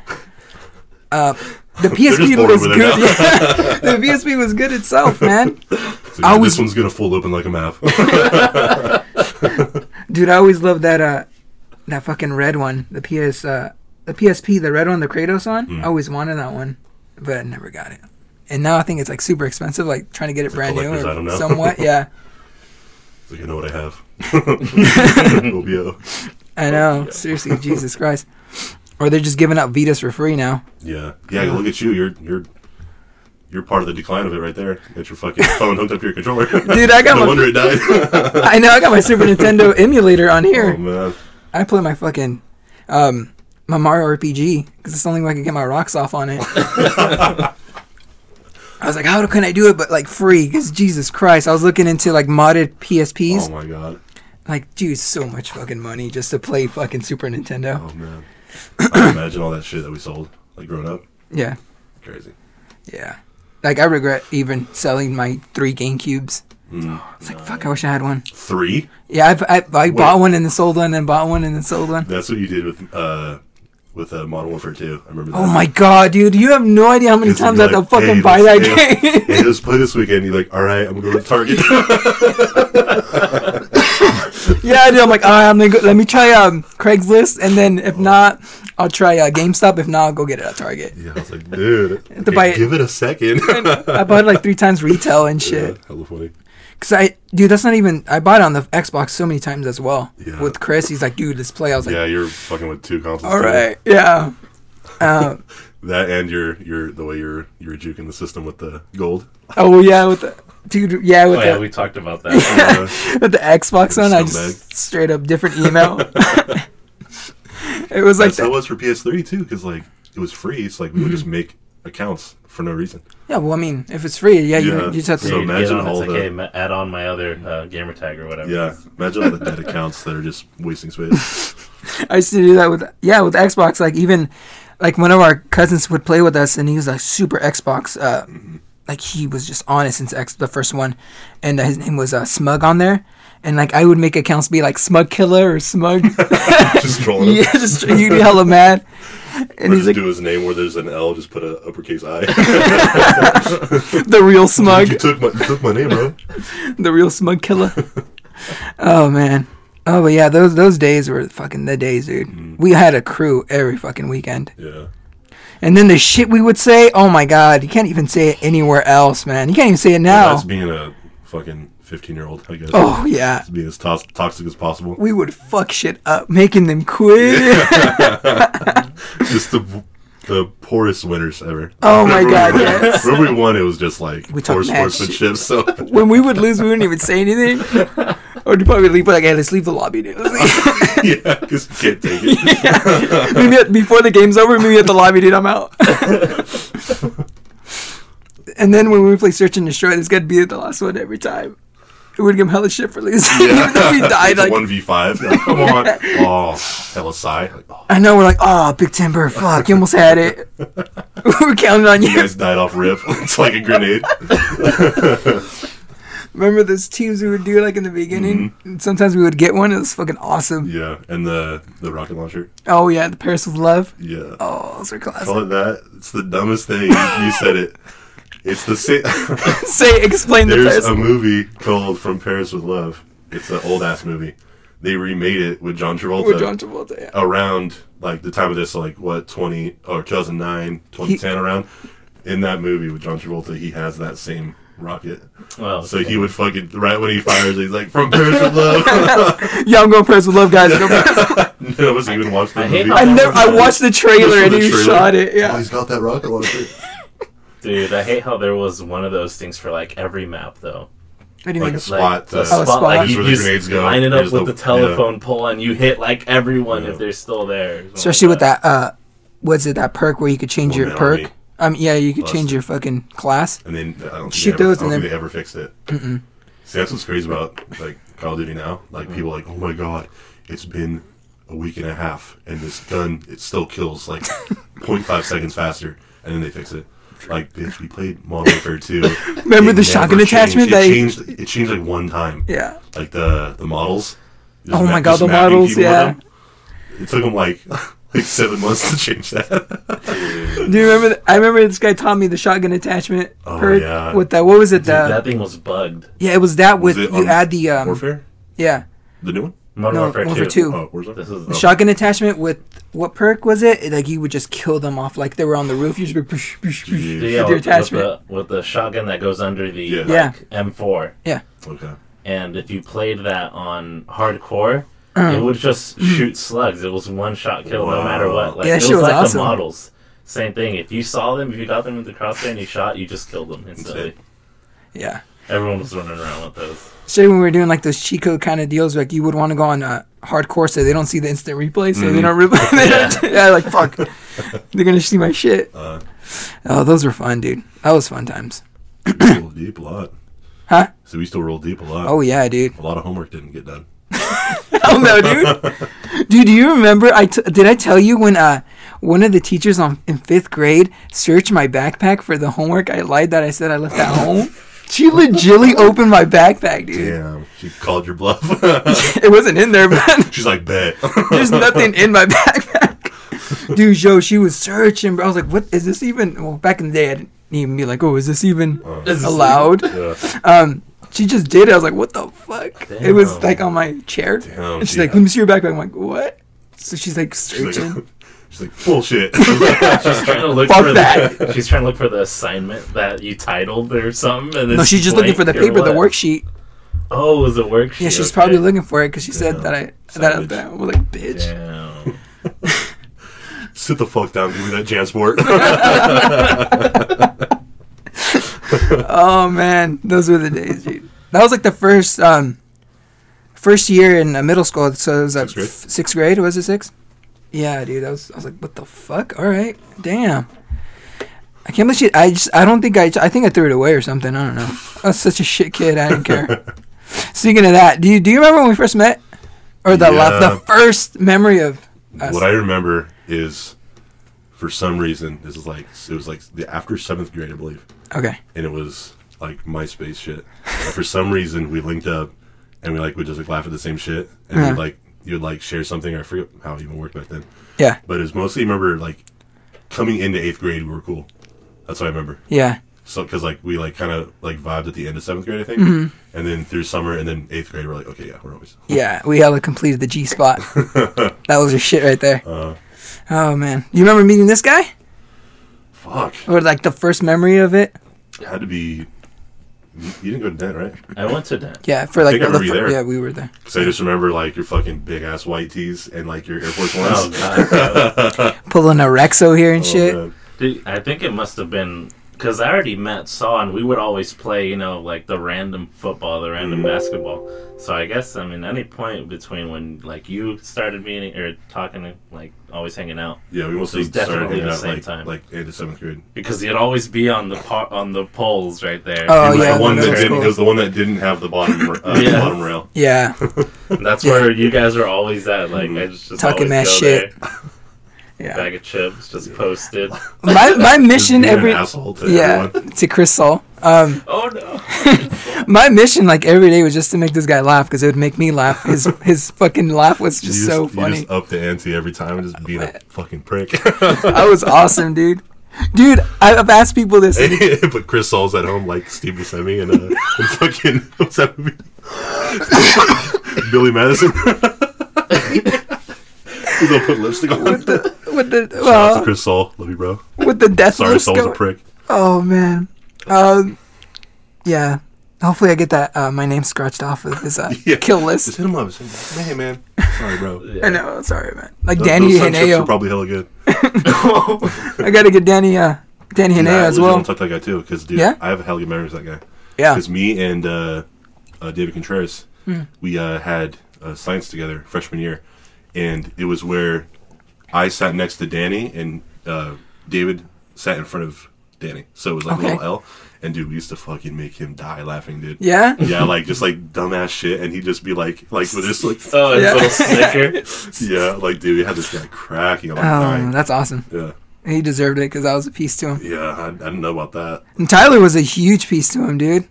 [SPEAKER 2] Uh, the PSP
[SPEAKER 1] bored
[SPEAKER 2] was
[SPEAKER 1] over
[SPEAKER 2] good.
[SPEAKER 1] there now.
[SPEAKER 2] Yeah. the PSP was good itself, man.
[SPEAKER 1] So, yeah,
[SPEAKER 2] I was-
[SPEAKER 1] this one's gonna fold open like a map.
[SPEAKER 2] Dude, I always loved that uh that fucking red one, the PS uh the PSP, the red one, the Kratos one.
[SPEAKER 1] Hmm.
[SPEAKER 2] I always wanted that one, but I never got it. And now I think it's like super expensive, like trying to get it brand new
[SPEAKER 1] collector's item
[SPEAKER 2] or
[SPEAKER 1] now.
[SPEAKER 2] somewhat. Yeah,
[SPEAKER 1] It's like, I know what I have. OBO.
[SPEAKER 2] I know. Seriously, Jesus Christ. Or they're just giving out Vitas for free now.
[SPEAKER 1] Yeah, yeah. Look at you. You're you're you're part of the decline of it right there. Got your fucking phone hooked up to your controller.
[SPEAKER 2] Dude, I got
[SPEAKER 1] no
[SPEAKER 2] my-
[SPEAKER 1] wonder it died.
[SPEAKER 2] I know. I got my Super Nintendo emulator on here.
[SPEAKER 1] oh man,
[SPEAKER 2] I play my fucking um, my Mario RPG because it's the only way I can get my rocks off on it. I was like, how can I do it? But like free because Jesus Christ, I was looking into like modded PSPs.
[SPEAKER 1] oh my god,
[SPEAKER 2] Like, dude, so much fucking money just to play fucking Super Nintendo.
[SPEAKER 1] oh man. I can imagine all that shit that we sold like growing up.
[SPEAKER 2] Yeah,
[SPEAKER 1] Crazy.
[SPEAKER 2] yeah. Like I regret even selling my three GameCubes.
[SPEAKER 1] Mm.
[SPEAKER 2] It's like fuck, I wish I had one.
[SPEAKER 1] Three.
[SPEAKER 2] Yeah, I've- I I, I bought one and then sold one and bought one and then sold one.
[SPEAKER 1] That's what you did with uh with uh, Modern Warfare Two. I remember. That.
[SPEAKER 2] Oh my god, dude, you have no idea how many
[SPEAKER 1] Because
[SPEAKER 2] times I
[SPEAKER 1] you're
[SPEAKER 2] have to
[SPEAKER 1] like,
[SPEAKER 2] fucking
[SPEAKER 1] "Hey,
[SPEAKER 2] buy that
[SPEAKER 1] let's-
[SPEAKER 2] game.
[SPEAKER 1] Hey, let's play this weekend. You're like, all right, I'm going to Target.
[SPEAKER 2] Yeah, dude. I'm like, all right, I'm gonna go, let me try um, Craigslist, and then
[SPEAKER 1] Oh.
[SPEAKER 2] if not, I'll try uh, GameStop. If not, I'll go get it at Target.
[SPEAKER 1] yeah, I was like, dude, okay,
[SPEAKER 2] buy it.
[SPEAKER 1] give it a second.
[SPEAKER 2] I bought it like three times retail and
[SPEAKER 1] yeah,
[SPEAKER 2] shit.
[SPEAKER 1] hella funny.
[SPEAKER 2] Cause I, dude, that's not even. I bought it on the Xbox so many times as well.
[SPEAKER 1] Yeah.
[SPEAKER 2] With Chris, he's like, dude, let's play. I was like,
[SPEAKER 1] yeah, you're fucking with two consoles.
[SPEAKER 2] all
[SPEAKER 1] too.
[SPEAKER 2] right, yeah. Um,
[SPEAKER 1] That and your your the way you're you're juking the system with the gold.
[SPEAKER 2] oh yeah, with the dude, yeah, with
[SPEAKER 3] Oh yeah,
[SPEAKER 2] the
[SPEAKER 3] we talked about that.
[SPEAKER 1] Uh,
[SPEAKER 2] with the Xbox one, I
[SPEAKER 1] Scumbag.
[SPEAKER 2] just straight up different email. it was like,
[SPEAKER 1] that's how it
[SPEAKER 2] that.
[SPEAKER 1] was for PS3 too, because like it was free. It's like we would just make accounts for no reason.
[SPEAKER 2] yeah. Well, I mean, if it's free, yeah, you,
[SPEAKER 1] Yeah,
[SPEAKER 2] you just have to.
[SPEAKER 1] So
[SPEAKER 3] You get
[SPEAKER 1] imagine
[SPEAKER 3] on, it's
[SPEAKER 1] all
[SPEAKER 3] like,
[SPEAKER 1] the-
[SPEAKER 3] hey, ma- add on my other uh, gamer tag or whatever.
[SPEAKER 1] Yeah, imagine all the dead accounts that are just wasting space.
[SPEAKER 2] I used to do that with yeah with Xbox. Like even like one of our cousins would play with us, and he was like super Xbox. Uh, Like he was just on it since X the first one, and uh, his name was uh, Smug on there. And like I would make accounts be like Smug Killer or Smug.
[SPEAKER 1] just trolling
[SPEAKER 2] yeah,
[SPEAKER 1] him.
[SPEAKER 2] just you'd be hella mad. And
[SPEAKER 1] Or
[SPEAKER 2] he's
[SPEAKER 1] just
[SPEAKER 2] like
[SPEAKER 1] do his name where there's an L, just put a uppercase I.
[SPEAKER 2] the real Smug,
[SPEAKER 1] you took my you took my name, bro.
[SPEAKER 2] the real Smug Killer. oh man. Oh but yeah, those those days were fucking the days, dude. We had a crew every fucking weekend.
[SPEAKER 1] Yeah.
[SPEAKER 2] And then the shit we would say, oh my god, you can't even say it anywhere else, man. You can't even say it
[SPEAKER 1] Well,
[SPEAKER 2] now.
[SPEAKER 1] That's being a fucking 15 year old, I guess.
[SPEAKER 2] Oh yeah.
[SPEAKER 1] It's being as tos- toxic as possible.
[SPEAKER 2] We would fuck shit up, making them quit.
[SPEAKER 1] just the the poorest winners ever.
[SPEAKER 2] Oh my God,
[SPEAKER 1] When we-
[SPEAKER 2] yes.
[SPEAKER 1] When we won, it was just like
[SPEAKER 2] We talked
[SPEAKER 1] poor
[SPEAKER 2] mad
[SPEAKER 1] sportsmanship. So
[SPEAKER 2] when we would lose, we wouldn't even say anything. Or we'd probably leave, but like, hey, let's leave the lobby, dude. Let's leave.
[SPEAKER 1] yeah, because you can't take it.
[SPEAKER 2] maybe at, before the game's over, maybe at the lobby, dude, I'm out. and then when we play Search and Destroy, there's got to be the last one every time. We would give him hella shit for losing. even though we died, like,
[SPEAKER 1] one v five. Come on. Oh, hella sigh. Like, oh,
[SPEAKER 2] I know, we're like, oh, Big Timber, fuck, you almost had it. we're counting on
[SPEAKER 1] you guys died off rip. it's like a grenade.
[SPEAKER 2] Remember those teams we would do like in the beginning? And Sometimes we would get one. It was fucking awesome.
[SPEAKER 1] Mm-hmm. Yeah, and the the rocket launcher.
[SPEAKER 2] Oh yeah, the Paris with Love.
[SPEAKER 1] Yeah.
[SPEAKER 2] Oh, those are classic.
[SPEAKER 1] Call it that. It's the dumbest thing. you said it. It's the same.
[SPEAKER 2] Say, explain the
[SPEAKER 1] There's
[SPEAKER 2] Paris.
[SPEAKER 1] a movie called From Paris with Love. It's an old ass movie. They remade it with John Travolta.
[SPEAKER 2] with John Travolta. Yeah.
[SPEAKER 1] around like the time of this, so, like what twenty or 2009, 2010 around. In that movie with John Travolta, he has that same rocket.
[SPEAKER 3] Well,
[SPEAKER 1] So he would fucking right when he fires, he's like from Paris with Love.
[SPEAKER 2] yeah, I'm going Paris with Love, guys. Go Paris with Love.
[SPEAKER 1] no, was even watched the
[SPEAKER 3] I hate
[SPEAKER 1] movie.
[SPEAKER 3] how-
[SPEAKER 2] I never. I watched the
[SPEAKER 1] Just
[SPEAKER 2] trailer
[SPEAKER 1] from
[SPEAKER 2] and
[SPEAKER 1] the
[SPEAKER 2] he
[SPEAKER 1] trailer.
[SPEAKER 2] shot it.
[SPEAKER 1] Oh,
[SPEAKER 2] Yeah.
[SPEAKER 1] he's got that rocket launcher.
[SPEAKER 3] dude, I hate how there was one of those things for like every map though.
[SPEAKER 2] What do you
[SPEAKER 1] like
[SPEAKER 2] mean?
[SPEAKER 1] a spot.
[SPEAKER 3] the
[SPEAKER 1] uh,
[SPEAKER 2] spot.
[SPEAKER 3] like
[SPEAKER 1] Here's
[SPEAKER 3] you
[SPEAKER 1] where the
[SPEAKER 3] just
[SPEAKER 1] grenades go.
[SPEAKER 3] line it up
[SPEAKER 1] Here's
[SPEAKER 3] with
[SPEAKER 1] the-
[SPEAKER 3] the, telephone pole, and you hit like everyone
[SPEAKER 1] Yeah.
[SPEAKER 3] if they're still there. or something
[SPEAKER 2] Especially
[SPEAKER 3] like
[SPEAKER 2] with that. Uh, was it that perk where you could change
[SPEAKER 1] One
[SPEAKER 2] your
[SPEAKER 1] man
[SPEAKER 2] perk?
[SPEAKER 1] army.
[SPEAKER 2] Um, yeah, you could
[SPEAKER 1] Plus-
[SPEAKER 2] change your fucking class.
[SPEAKER 1] And then I don't think
[SPEAKER 2] Shoot
[SPEAKER 1] they ever,
[SPEAKER 2] those
[SPEAKER 1] I don't
[SPEAKER 2] and
[SPEAKER 1] think they ever fixed it. See, that's what's crazy about like Call of Duty now. Like people are like, oh my god, it's been a week and a half, and this gun it still kills like 0.5 seconds faster, and then they fix it. Like bitch, we played Modern Warfare 2.
[SPEAKER 2] Remember
[SPEAKER 1] It
[SPEAKER 2] the shotgun
[SPEAKER 1] never
[SPEAKER 2] attachment
[SPEAKER 1] Changed.
[SPEAKER 2] that
[SPEAKER 1] It
[SPEAKER 2] you-
[SPEAKER 1] changed. It changed like one time.
[SPEAKER 2] Yeah.
[SPEAKER 1] Like the the models. Just
[SPEAKER 2] Oh my
[SPEAKER 1] ma-
[SPEAKER 2] God,
[SPEAKER 1] just
[SPEAKER 2] the
[SPEAKER 1] mapping
[SPEAKER 2] models,
[SPEAKER 1] people with
[SPEAKER 2] yeah.
[SPEAKER 1] them. It took them like like seven months to change that.
[SPEAKER 2] Do you remember? th- I remember this guy taught me the shotgun attachment
[SPEAKER 1] Oh,
[SPEAKER 2] perk
[SPEAKER 1] yeah.
[SPEAKER 2] with that. What was it?
[SPEAKER 3] that.
[SPEAKER 2] The,
[SPEAKER 3] Dude, that thing was bugged.
[SPEAKER 2] yeah, it was that with
[SPEAKER 1] Was it
[SPEAKER 2] you
[SPEAKER 1] on
[SPEAKER 2] add the um
[SPEAKER 1] Warfare,
[SPEAKER 2] yeah
[SPEAKER 1] the new one.
[SPEAKER 3] Modern
[SPEAKER 2] No,
[SPEAKER 3] Warfare,
[SPEAKER 2] Warfare
[SPEAKER 3] 2.
[SPEAKER 2] Two.
[SPEAKER 1] Oh, Warzone.
[SPEAKER 3] This is
[SPEAKER 2] The shotgun attachment with what perk was it? It, Like you would just kill them off, like they were on the roof. You just be push, push, push.
[SPEAKER 1] Jeez.
[SPEAKER 3] the, yeah,
[SPEAKER 2] with your
[SPEAKER 3] with, with, the,
[SPEAKER 2] attachment.
[SPEAKER 3] with the shotgun that goes under the
[SPEAKER 1] Yeah.
[SPEAKER 2] Yeah.
[SPEAKER 3] M4.
[SPEAKER 1] Okay.
[SPEAKER 3] And if you played that on hardcore,
[SPEAKER 2] Uh-huh.
[SPEAKER 3] it would just shoot slugs. It was one shot kill no
[SPEAKER 1] Wow.
[SPEAKER 3] matter what.
[SPEAKER 2] Mm-hmm. Yeah,
[SPEAKER 3] Like
[SPEAKER 2] that
[SPEAKER 3] it was,
[SPEAKER 2] shit was
[SPEAKER 3] like
[SPEAKER 2] awesome.
[SPEAKER 3] the models. Same thing. If you saw them, if you got them with the crossbow and you shot, you just killed them instantly.
[SPEAKER 2] Yeah.
[SPEAKER 3] Everyone was running around with those.
[SPEAKER 2] Especially when we were doing like those Chico kind of deals, like you would want to go on uh, hardcore so they don't see the instant replay, so they don't replay. they don't- yeah, like fuck, they're gonna see my shit.
[SPEAKER 1] Uh,
[SPEAKER 2] Oh, those were fun, dude. That was fun times.
[SPEAKER 1] we roll deep a lot.
[SPEAKER 2] Huh?
[SPEAKER 1] So we still roll deep a lot.
[SPEAKER 2] Oh yeah, dude.
[SPEAKER 1] A lot of homework didn't get done.
[SPEAKER 2] Hell Oh, no, dude. dude, do you remember? I t- did I tell you when uh one of the teachers on in fifth grade searched my backpack for the homework? I lied that I said I left at home. She legitly opened my backpack, dude.
[SPEAKER 1] Damn. She called your bluff.
[SPEAKER 2] It wasn't in there, but
[SPEAKER 1] She's like, bet.
[SPEAKER 2] There's nothing in my backpack. Dude, yo, she was searching, bro. I was like, what is this even? Well, back in the day, I didn't even be like, oh, is this even
[SPEAKER 3] Is this
[SPEAKER 2] allowed?
[SPEAKER 1] Yeah.
[SPEAKER 2] Um, she just did it. I was like, what the fuck? It was
[SPEAKER 3] Damn.
[SPEAKER 2] like on my chair.
[SPEAKER 1] Damn,
[SPEAKER 2] and she's
[SPEAKER 1] yeah.
[SPEAKER 2] like, let me see your backpack. I'm like, what? So she's like
[SPEAKER 1] She's
[SPEAKER 2] searching.
[SPEAKER 1] like, she's like bullshit.
[SPEAKER 3] She's trying to look
[SPEAKER 2] Fuck
[SPEAKER 3] for
[SPEAKER 2] that.
[SPEAKER 3] The, she's trying to look for the assignment that you titled or something. And
[SPEAKER 2] no, she's just looking for the paper, the worksheet.
[SPEAKER 3] Oh, it was a worksheet.
[SPEAKER 2] Yeah, she's
[SPEAKER 3] okay.
[SPEAKER 2] probably looking for it because she said
[SPEAKER 1] Yeah.
[SPEAKER 2] that I that I,
[SPEAKER 1] Savage.
[SPEAKER 2] that I was like, bitch.
[SPEAKER 3] Damn.
[SPEAKER 1] Sit the fuck down. Give me that Jansport.
[SPEAKER 2] Oh man, those were the days, dude. That was like the first um, first year in uh, middle school. So it was like
[SPEAKER 1] Sixth grade?
[SPEAKER 2] f- sixth grade. Was it sixth? Yeah, dude. I was I was like, what the fuck? All right, damn. I can't believe shit. I just I don't think I I think I threw it away or something. I don't know. I was such a shit kid. I didn't care. Speaking of that, do you do you remember when we first met? Or the la-
[SPEAKER 1] Yeah.
[SPEAKER 2] the first memory of us.
[SPEAKER 1] What I remember is, for some reason, this is like it was like the after seventh grade, I believe,
[SPEAKER 2] okay.
[SPEAKER 1] and it was like MySpace shit. And for some reason, we linked up, and we like would just like laugh at the same shit, and
[SPEAKER 2] Uh-huh.
[SPEAKER 1] we'd like you would like share something. I forget how it even worked back then,
[SPEAKER 2] Yeah.
[SPEAKER 1] but it's mostly remember like coming into eighth grade, we were cool. That's what I remember.
[SPEAKER 2] Yeah.
[SPEAKER 1] So because like we like kind of like vibed at the end of seventh grade, I think,
[SPEAKER 2] Mm-hmm.
[SPEAKER 1] and then through summer, and then eighth grade, we're like, okay, yeah, we're always
[SPEAKER 2] Yeah, we hella completed the G spot. that was your shit right there.
[SPEAKER 1] Uh-huh.
[SPEAKER 2] oh man, you remember meeting this guy,
[SPEAKER 1] fuck.
[SPEAKER 2] or like the first memory of it?
[SPEAKER 1] It had to be. You didn't go to Dent, right?
[SPEAKER 3] I went to that.
[SPEAKER 2] Yeah, for like
[SPEAKER 1] think I
[SPEAKER 2] the
[SPEAKER 1] remember you
[SPEAKER 2] fir-
[SPEAKER 1] there.
[SPEAKER 2] yeah, we were there.
[SPEAKER 1] Because I just remember like your fucking big ass white tees and like your Air Force Ones.
[SPEAKER 3] Oh god.
[SPEAKER 2] Pulling a Rexo here and
[SPEAKER 1] Oh,
[SPEAKER 2] shit.
[SPEAKER 1] man.
[SPEAKER 3] Dude, I think it must have been because I already met Saw, and we would always play, you know, like the random football, the random basketball. So I guess I mean, any point between when like you started meeting or talking, and, like always hanging out,
[SPEAKER 1] Yeah, we mostly
[SPEAKER 3] It's definitely
[SPEAKER 1] started hanging
[SPEAKER 3] the
[SPEAKER 1] out
[SPEAKER 3] same
[SPEAKER 1] like,
[SPEAKER 3] time.
[SPEAKER 1] like end of seventh grade.
[SPEAKER 3] because you'd always be on the par- on the poles right there.
[SPEAKER 2] Oh,
[SPEAKER 1] It was
[SPEAKER 2] yeah,
[SPEAKER 1] the one
[SPEAKER 2] that's
[SPEAKER 1] that didn't.
[SPEAKER 2] cool.
[SPEAKER 1] It was the one that didn't have the bottom r- uh,
[SPEAKER 3] Yeah.
[SPEAKER 1] bottom rail.
[SPEAKER 2] Yeah,
[SPEAKER 3] That's where you guys are always at. Like I just, just
[SPEAKER 2] Talking that
[SPEAKER 3] always go
[SPEAKER 2] shit.
[SPEAKER 3] there,
[SPEAKER 2] yeah.
[SPEAKER 3] Bag of chips, just posted.
[SPEAKER 2] My my
[SPEAKER 1] Just
[SPEAKER 2] mission
[SPEAKER 1] being
[SPEAKER 2] every
[SPEAKER 1] an asshole to
[SPEAKER 2] yeah
[SPEAKER 1] everyone.
[SPEAKER 2] to Chris Saul. Um,
[SPEAKER 3] Oh no!
[SPEAKER 2] my mission like every day was just to make this guy laugh because it would make me laugh. His his fucking laugh was
[SPEAKER 1] You
[SPEAKER 2] just, so
[SPEAKER 1] You
[SPEAKER 2] funny.
[SPEAKER 1] just up the ante every time and just being a fucking prick.
[SPEAKER 2] I was awesome, dude. Dude, I- I've asked people this. and
[SPEAKER 1] but Chris Saul's at home like Steve Buscemi and, uh, and fucking what's that movie? Billy Madison. He's gonna put lipstick on.
[SPEAKER 2] With the with the
[SPEAKER 1] Shout out to
[SPEAKER 2] well,
[SPEAKER 1] Chris Saul. Love you, bro.
[SPEAKER 2] with the death
[SPEAKER 1] Sorry,
[SPEAKER 2] wish
[SPEAKER 1] Saul's a
[SPEAKER 2] going-
[SPEAKER 1] prick.
[SPEAKER 2] Oh man. Um yeah. Hopefully I get that uh, my name scratched off of his uh,
[SPEAKER 1] Yeah.
[SPEAKER 2] kill
[SPEAKER 1] Just
[SPEAKER 2] list.
[SPEAKER 1] hit him up. Just say, Hey, man. Sorry, bro.
[SPEAKER 2] I know, sorry man. Like Danny
[SPEAKER 1] Those sun chips are
[SPEAKER 2] Hineo.
[SPEAKER 1] probably hella good.
[SPEAKER 2] I gotta get Danny uh Danny Hineo
[SPEAKER 1] Nah, legit,
[SPEAKER 2] as
[SPEAKER 1] I'm
[SPEAKER 2] well.
[SPEAKER 1] talk to that guy too, because dude,
[SPEAKER 2] Yeah?
[SPEAKER 1] I have a hell of a good memories of that guy.
[SPEAKER 2] yeah. Hmm.
[SPEAKER 1] Because me and uh, uh, David Contreras, we uh, had uh, science together freshman year, and it was where I sat next to Danny and uh, David sat in front of Danny. So it was like
[SPEAKER 2] Okay.
[SPEAKER 1] a little L, and dude, we used to fucking make him die laughing, dude.
[SPEAKER 2] Yeah?
[SPEAKER 1] Yeah, like just like dumbass shit, and he'd just be like, like with this, like,
[SPEAKER 3] Oh, it's
[SPEAKER 2] Yeah.
[SPEAKER 3] a little snicker.
[SPEAKER 1] yeah, like dude, we had this guy cracking. I'm like,
[SPEAKER 2] Oh,
[SPEAKER 1] "Alright."
[SPEAKER 2] that's awesome.
[SPEAKER 1] yeah,
[SPEAKER 2] He deserved it because I was a piece to him.
[SPEAKER 1] yeah, I, I didn't know about that.
[SPEAKER 2] And Tyler was a huge piece to him, dude.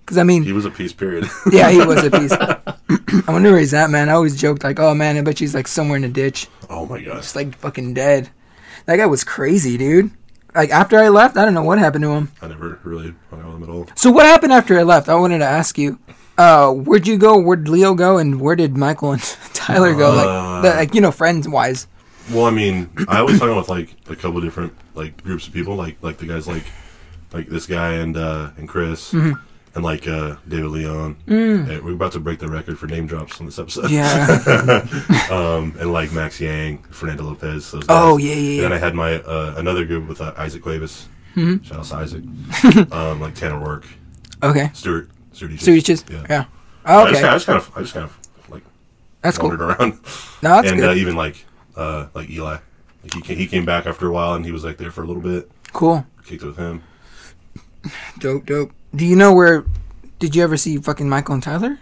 [SPEAKER 2] Because I mean,
[SPEAKER 1] He was a piece, period.
[SPEAKER 2] yeah, he was a piece. I wonder where he's at, man. I always joked like, "Oh man, I bet she's like somewhere in a ditch."
[SPEAKER 1] oh my gosh.
[SPEAKER 2] It's like fucking dead. That guy was crazy, dude. Like after I left, I don't know what happened to him.
[SPEAKER 1] I never really hung out with him at all.
[SPEAKER 2] So what happened after I left? I wanted to ask you. Uh, where'd you go? Where'd Leo go? And where did Michael and Tyler go?
[SPEAKER 1] Uh.
[SPEAKER 2] Like, the, like you know, friends wise.
[SPEAKER 1] Well, I mean, I always hung out with like a couple
[SPEAKER 2] Mm-hmm.
[SPEAKER 1] different like groups of people, like like the guys like like this guy and uh and Chris, and like uh, David Leon. Hey, we're about to break the record for name drops on this episode.
[SPEAKER 2] Mm. Yeah.
[SPEAKER 1] um, and like Max Yang, Fernando Lopez. Those
[SPEAKER 2] Oh,
[SPEAKER 1] guys.
[SPEAKER 2] yeah, yeah, yeah. Mm-hmm.
[SPEAKER 1] And then I had my uh, another group with uh, Isaac Cuevas. Shout out to Isaac. um, like Tanner Work,
[SPEAKER 2] okay.
[SPEAKER 1] Stuart, Stuart. Eaches.
[SPEAKER 2] So you just
[SPEAKER 1] Yeah.
[SPEAKER 2] yeah.
[SPEAKER 1] I just,
[SPEAKER 2] Okay,
[SPEAKER 1] kinda, I just kind of, I just kind of like
[SPEAKER 2] that's cool.
[SPEAKER 1] wandered around.
[SPEAKER 2] No, that's
[SPEAKER 1] and
[SPEAKER 2] good.
[SPEAKER 1] Uh, even like, uh, like Eli, like he came, he came back after a while and he was like there for a little bit.
[SPEAKER 2] Cool.
[SPEAKER 1] Kicked it with him.
[SPEAKER 2] Dope, dope. Do you know where? Did you ever see fucking Michael and Tyler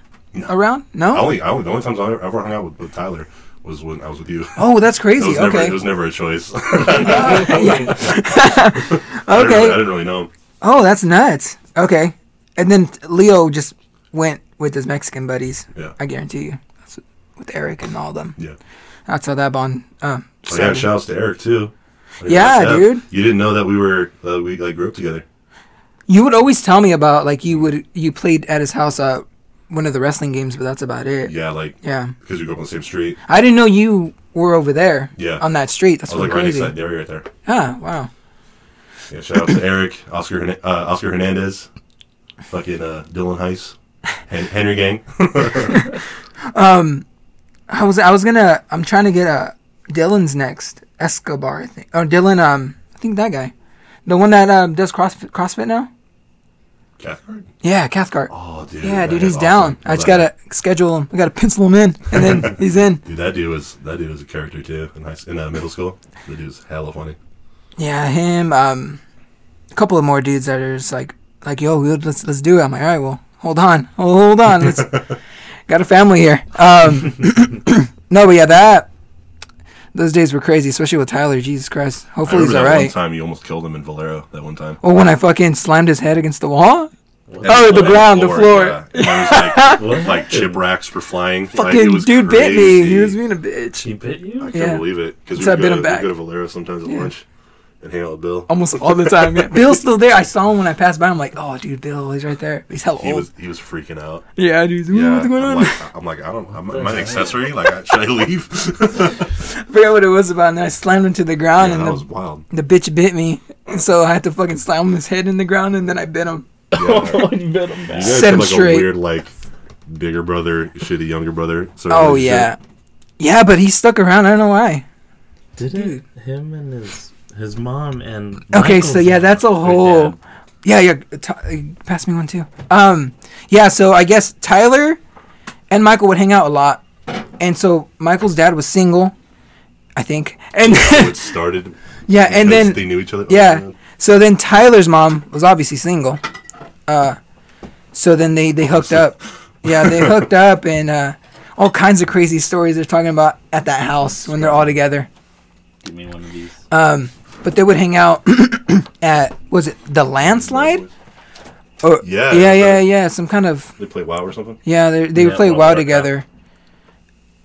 [SPEAKER 2] around?
[SPEAKER 1] I
[SPEAKER 2] No.
[SPEAKER 1] only, I only, the only times I ever hung out with, with Tyler was when I was with you.
[SPEAKER 2] Oh, that's
[SPEAKER 1] It
[SPEAKER 2] crazy.
[SPEAKER 1] was never,
[SPEAKER 2] okay.
[SPEAKER 1] it was never a choice. I, didn't really, I
[SPEAKER 2] okay.
[SPEAKER 1] didn't really know him.
[SPEAKER 2] Oh, that's nuts. Okay. And then Leo just went with his Mexican buddies.
[SPEAKER 1] Yeah.
[SPEAKER 2] I guarantee you. That's with Eric and all them.
[SPEAKER 1] Yeah.
[SPEAKER 2] That's how that bond. Uh,
[SPEAKER 1] Oh, yeah,
[SPEAKER 2] started.
[SPEAKER 1] shouts to Eric too. Like,
[SPEAKER 2] Yeah,
[SPEAKER 1] what's up?
[SPEAKER 2] dude.
[SPEAKER 1] You didn't know that we were that we like grew up together.
[SPEAKER 2] You would always tell me about like you would you played at his house uh one of the wrestling games, but that's about it.
[SPEAKER 1] Yeah, like
[SPEAKER 2] Yeah.
[SPEAKER 1] because we grew up on the same street.
[SPEAKER 2] I didn't know you were over there.
[SPEAKER 1] Yeah.
[SPEAKER 2] On that street. That's
[SPEAKER 1] I was
[SPEAKER 2] really
[SPEAKER 1] like right next
[SPEAKER 2] crazy.
[SPEAKER 1] to that dairy right there.
[SPEAKER 2] Ah, wow.
[SPEAKER 1] Yeah, shout out to Eric, Oscar, Hern- uh, Oscar Hernandez, fucking uh, Dylan Heiss, Hen- Henry Gang.
[SPEAKER 2] I was I was gonna I'm trying to get a Dylan's next Escobar I think. Oh Dylan um I think that guy, the one that um does CrossFit CrossFit now.
[SPEAKER 1] Cathcart.
[SPEAKER 2] Yeah, Cathcart.
[SPEAKER 1] Oh, dude.
[SPEAKER 2] yeah,
[SPEAKER 1] that
[SPEAKER 2] dude,
[SPEAKER 1] guy's
[SPEAKER 2] he's
[SPEAKER 1] awesome.
[SPEAKER 2] down. I just gotta schedule him. I gotta pencil him in, and then he's in.
[SPEAKER 1] Dude, that dude was that dude was a character too in high s- in uh, middle school. The dude's hella funny.
[SPEAKER 2] Yeah, him. Um, a couple of more dudes that are just like like yo, dude, let's let's do it. I'm like, all right, well, hold on, hold on. Let's got a family here. Um, no, but yeah, that those days were crazy, especially with Tyler. Jesus Christ.
[SPEAKER 1] I
[SPEAKER 2] Hopefully
[SPEAKER 1] remember
[SPEAKER 2] he's
[SPEAKER 1] that
[SPEAKER 2] all
[SPEAKER 1] one
[SPEAKER 2] right.
[SPEAKER 1] time you almost killed him in Valero. That one time.
[SPEAKER 2] Well, when I fucking slammed his head against the wall.
[SPEAKER 3] What?
[SPEAKER 2] Oh, the ground, the floor.
[SPEAKER 1] Yeah. And I was
[SPEAKER 3] What?
[SPEAKER 1] like, like chip racks were flying. like,
[SPEAKER 2] Fucking
[SPEAKER 1] it was
[SPEAKER 2] dude bit me.
[SPEAKER 1] crazy.
[SPEAKER 2] He was being a bitch.
[SPEAKER 3] He bit
[SPEAKER 1] I
[SPEAKER 3] you?
[SPEAKER 1] can't
[SPEAKER 2] Yeah.
[SPEAKER 1] believe it because we
[SPEAKER 2] So I
[SPEAKER 1] would
[SPEAKER 2] bit
[SPEAKER 1] go,
[SPEAKER 2] him
[SPEAKER 1] to-
[SPEAKER 2] back.
[SPEAKER 1] we'd go to Valero sometimes at lunch and hang out with Bill.
[SPEAKER 2] Almost all the time. Yeah. Bill's still there. I saw him when I passed by. I'm like, oh, dude, Bill, he's right there. He's hella
[SPEAKER 1] He
[SPEAKER 2] old.
[SPEAKER 1] was he was freaking out.
[SPEAKER 2] yeah, dude. Ooh,
[SPEAKER 1] Yeah,
[SPEAKER 2] Oh. what's going
[SPEAKER 1] I'm
[SPEAKER 2] on?
[SPEAKER 1] Like, I'm like I don't. I'm, am I an accessory? Like I- should I leave?
[SPEAKER 2] I forgot what it was about, and then I slammed him to the ground,
[SPEAKER 1] yeah,
[SPEAKER 2] and
[SPEAKER 1] that
[SPEAKER 2] the,
[SPEAKER 1] was wild.
[SPEAKER 2] the bitch bit me, and so I had to fucking slam his head in the ground, and then I bit him.
[SPEAKER 1] Yeah.
[SPEAKER 3] Oh, you bit him
[SPEAKER 1] You
[SPEAKER 3] back.
[SPEAKER 1] guys
[SPEAKER 2] Set
[SPEAKER 1] had
[SPEAKER 2] him
[SPEAKER 1] like
[SPEAKER 2] straight.
[SPEAKER 1] a weird like bigger brother, shitty younger brother. sort of
[SPEAKER 2] Oh
[SPEAKER 1] relationship.
[SPEAKER 2] yeah, yeah, but he stuck around. I don't know why.
[SPEAKER 3] Did it? Him and his his mom and
[SPEAKER 2] okay, so
[SPEAKER 3] Michael's
[SPEAKER 2] yeah,
[SPEAKER 3] mom.
[SPEAKER 2] that's a
[SPEAKER 3] Her
[SPEAKER 2] whole.
[SPEAKER 3] dad.
[SPEAKER 2] Yeah, yeah. T- uh, pass me one too. Um, yeah. So I guess Tyler and Michael would hang out a lot, and so Michael's dad was single, I think, and
[SPEAKER 1] So it started.
[SPEAKER 2] yeah, and
[SPEAKER 1] because
[SPEAKER 2] then
[SPEAKER 1] they knew each other. Oh,
[SPEAKER 2] Yeah.
[SPEAKER 1] man.
[SPEAKER 2] So then Tyler's mom was obviously single. Uh, so then they they hooked up. Yeah, they hooked up and uh, all kinds of crazy stories they're talking about at that house when they're all together.
[SPEAKER 3] Give me one of these.
[SPEAKER 2] Uh, But they would hang out at was it the landslide? Or,
[SPEAKER 1] Yeah,
[SPEAKER 2] yeah,
[SPEAKER 1] that's
[SPEAKER 2] yeah,
[SPEAKER 1] right.
[SPEAKER 2] yeah. Some kind of
[SPEAKER 1] They play WoW or something.
[SPEAKER 2] yeah. They they would
[SPEAKER 3] Yeah,
[SPEAKER 2] play
[SPEAKER 3] well,
[SPEAKER 2] WoW
[SPEAKER 3] like that.
[SPEAKER 2] together.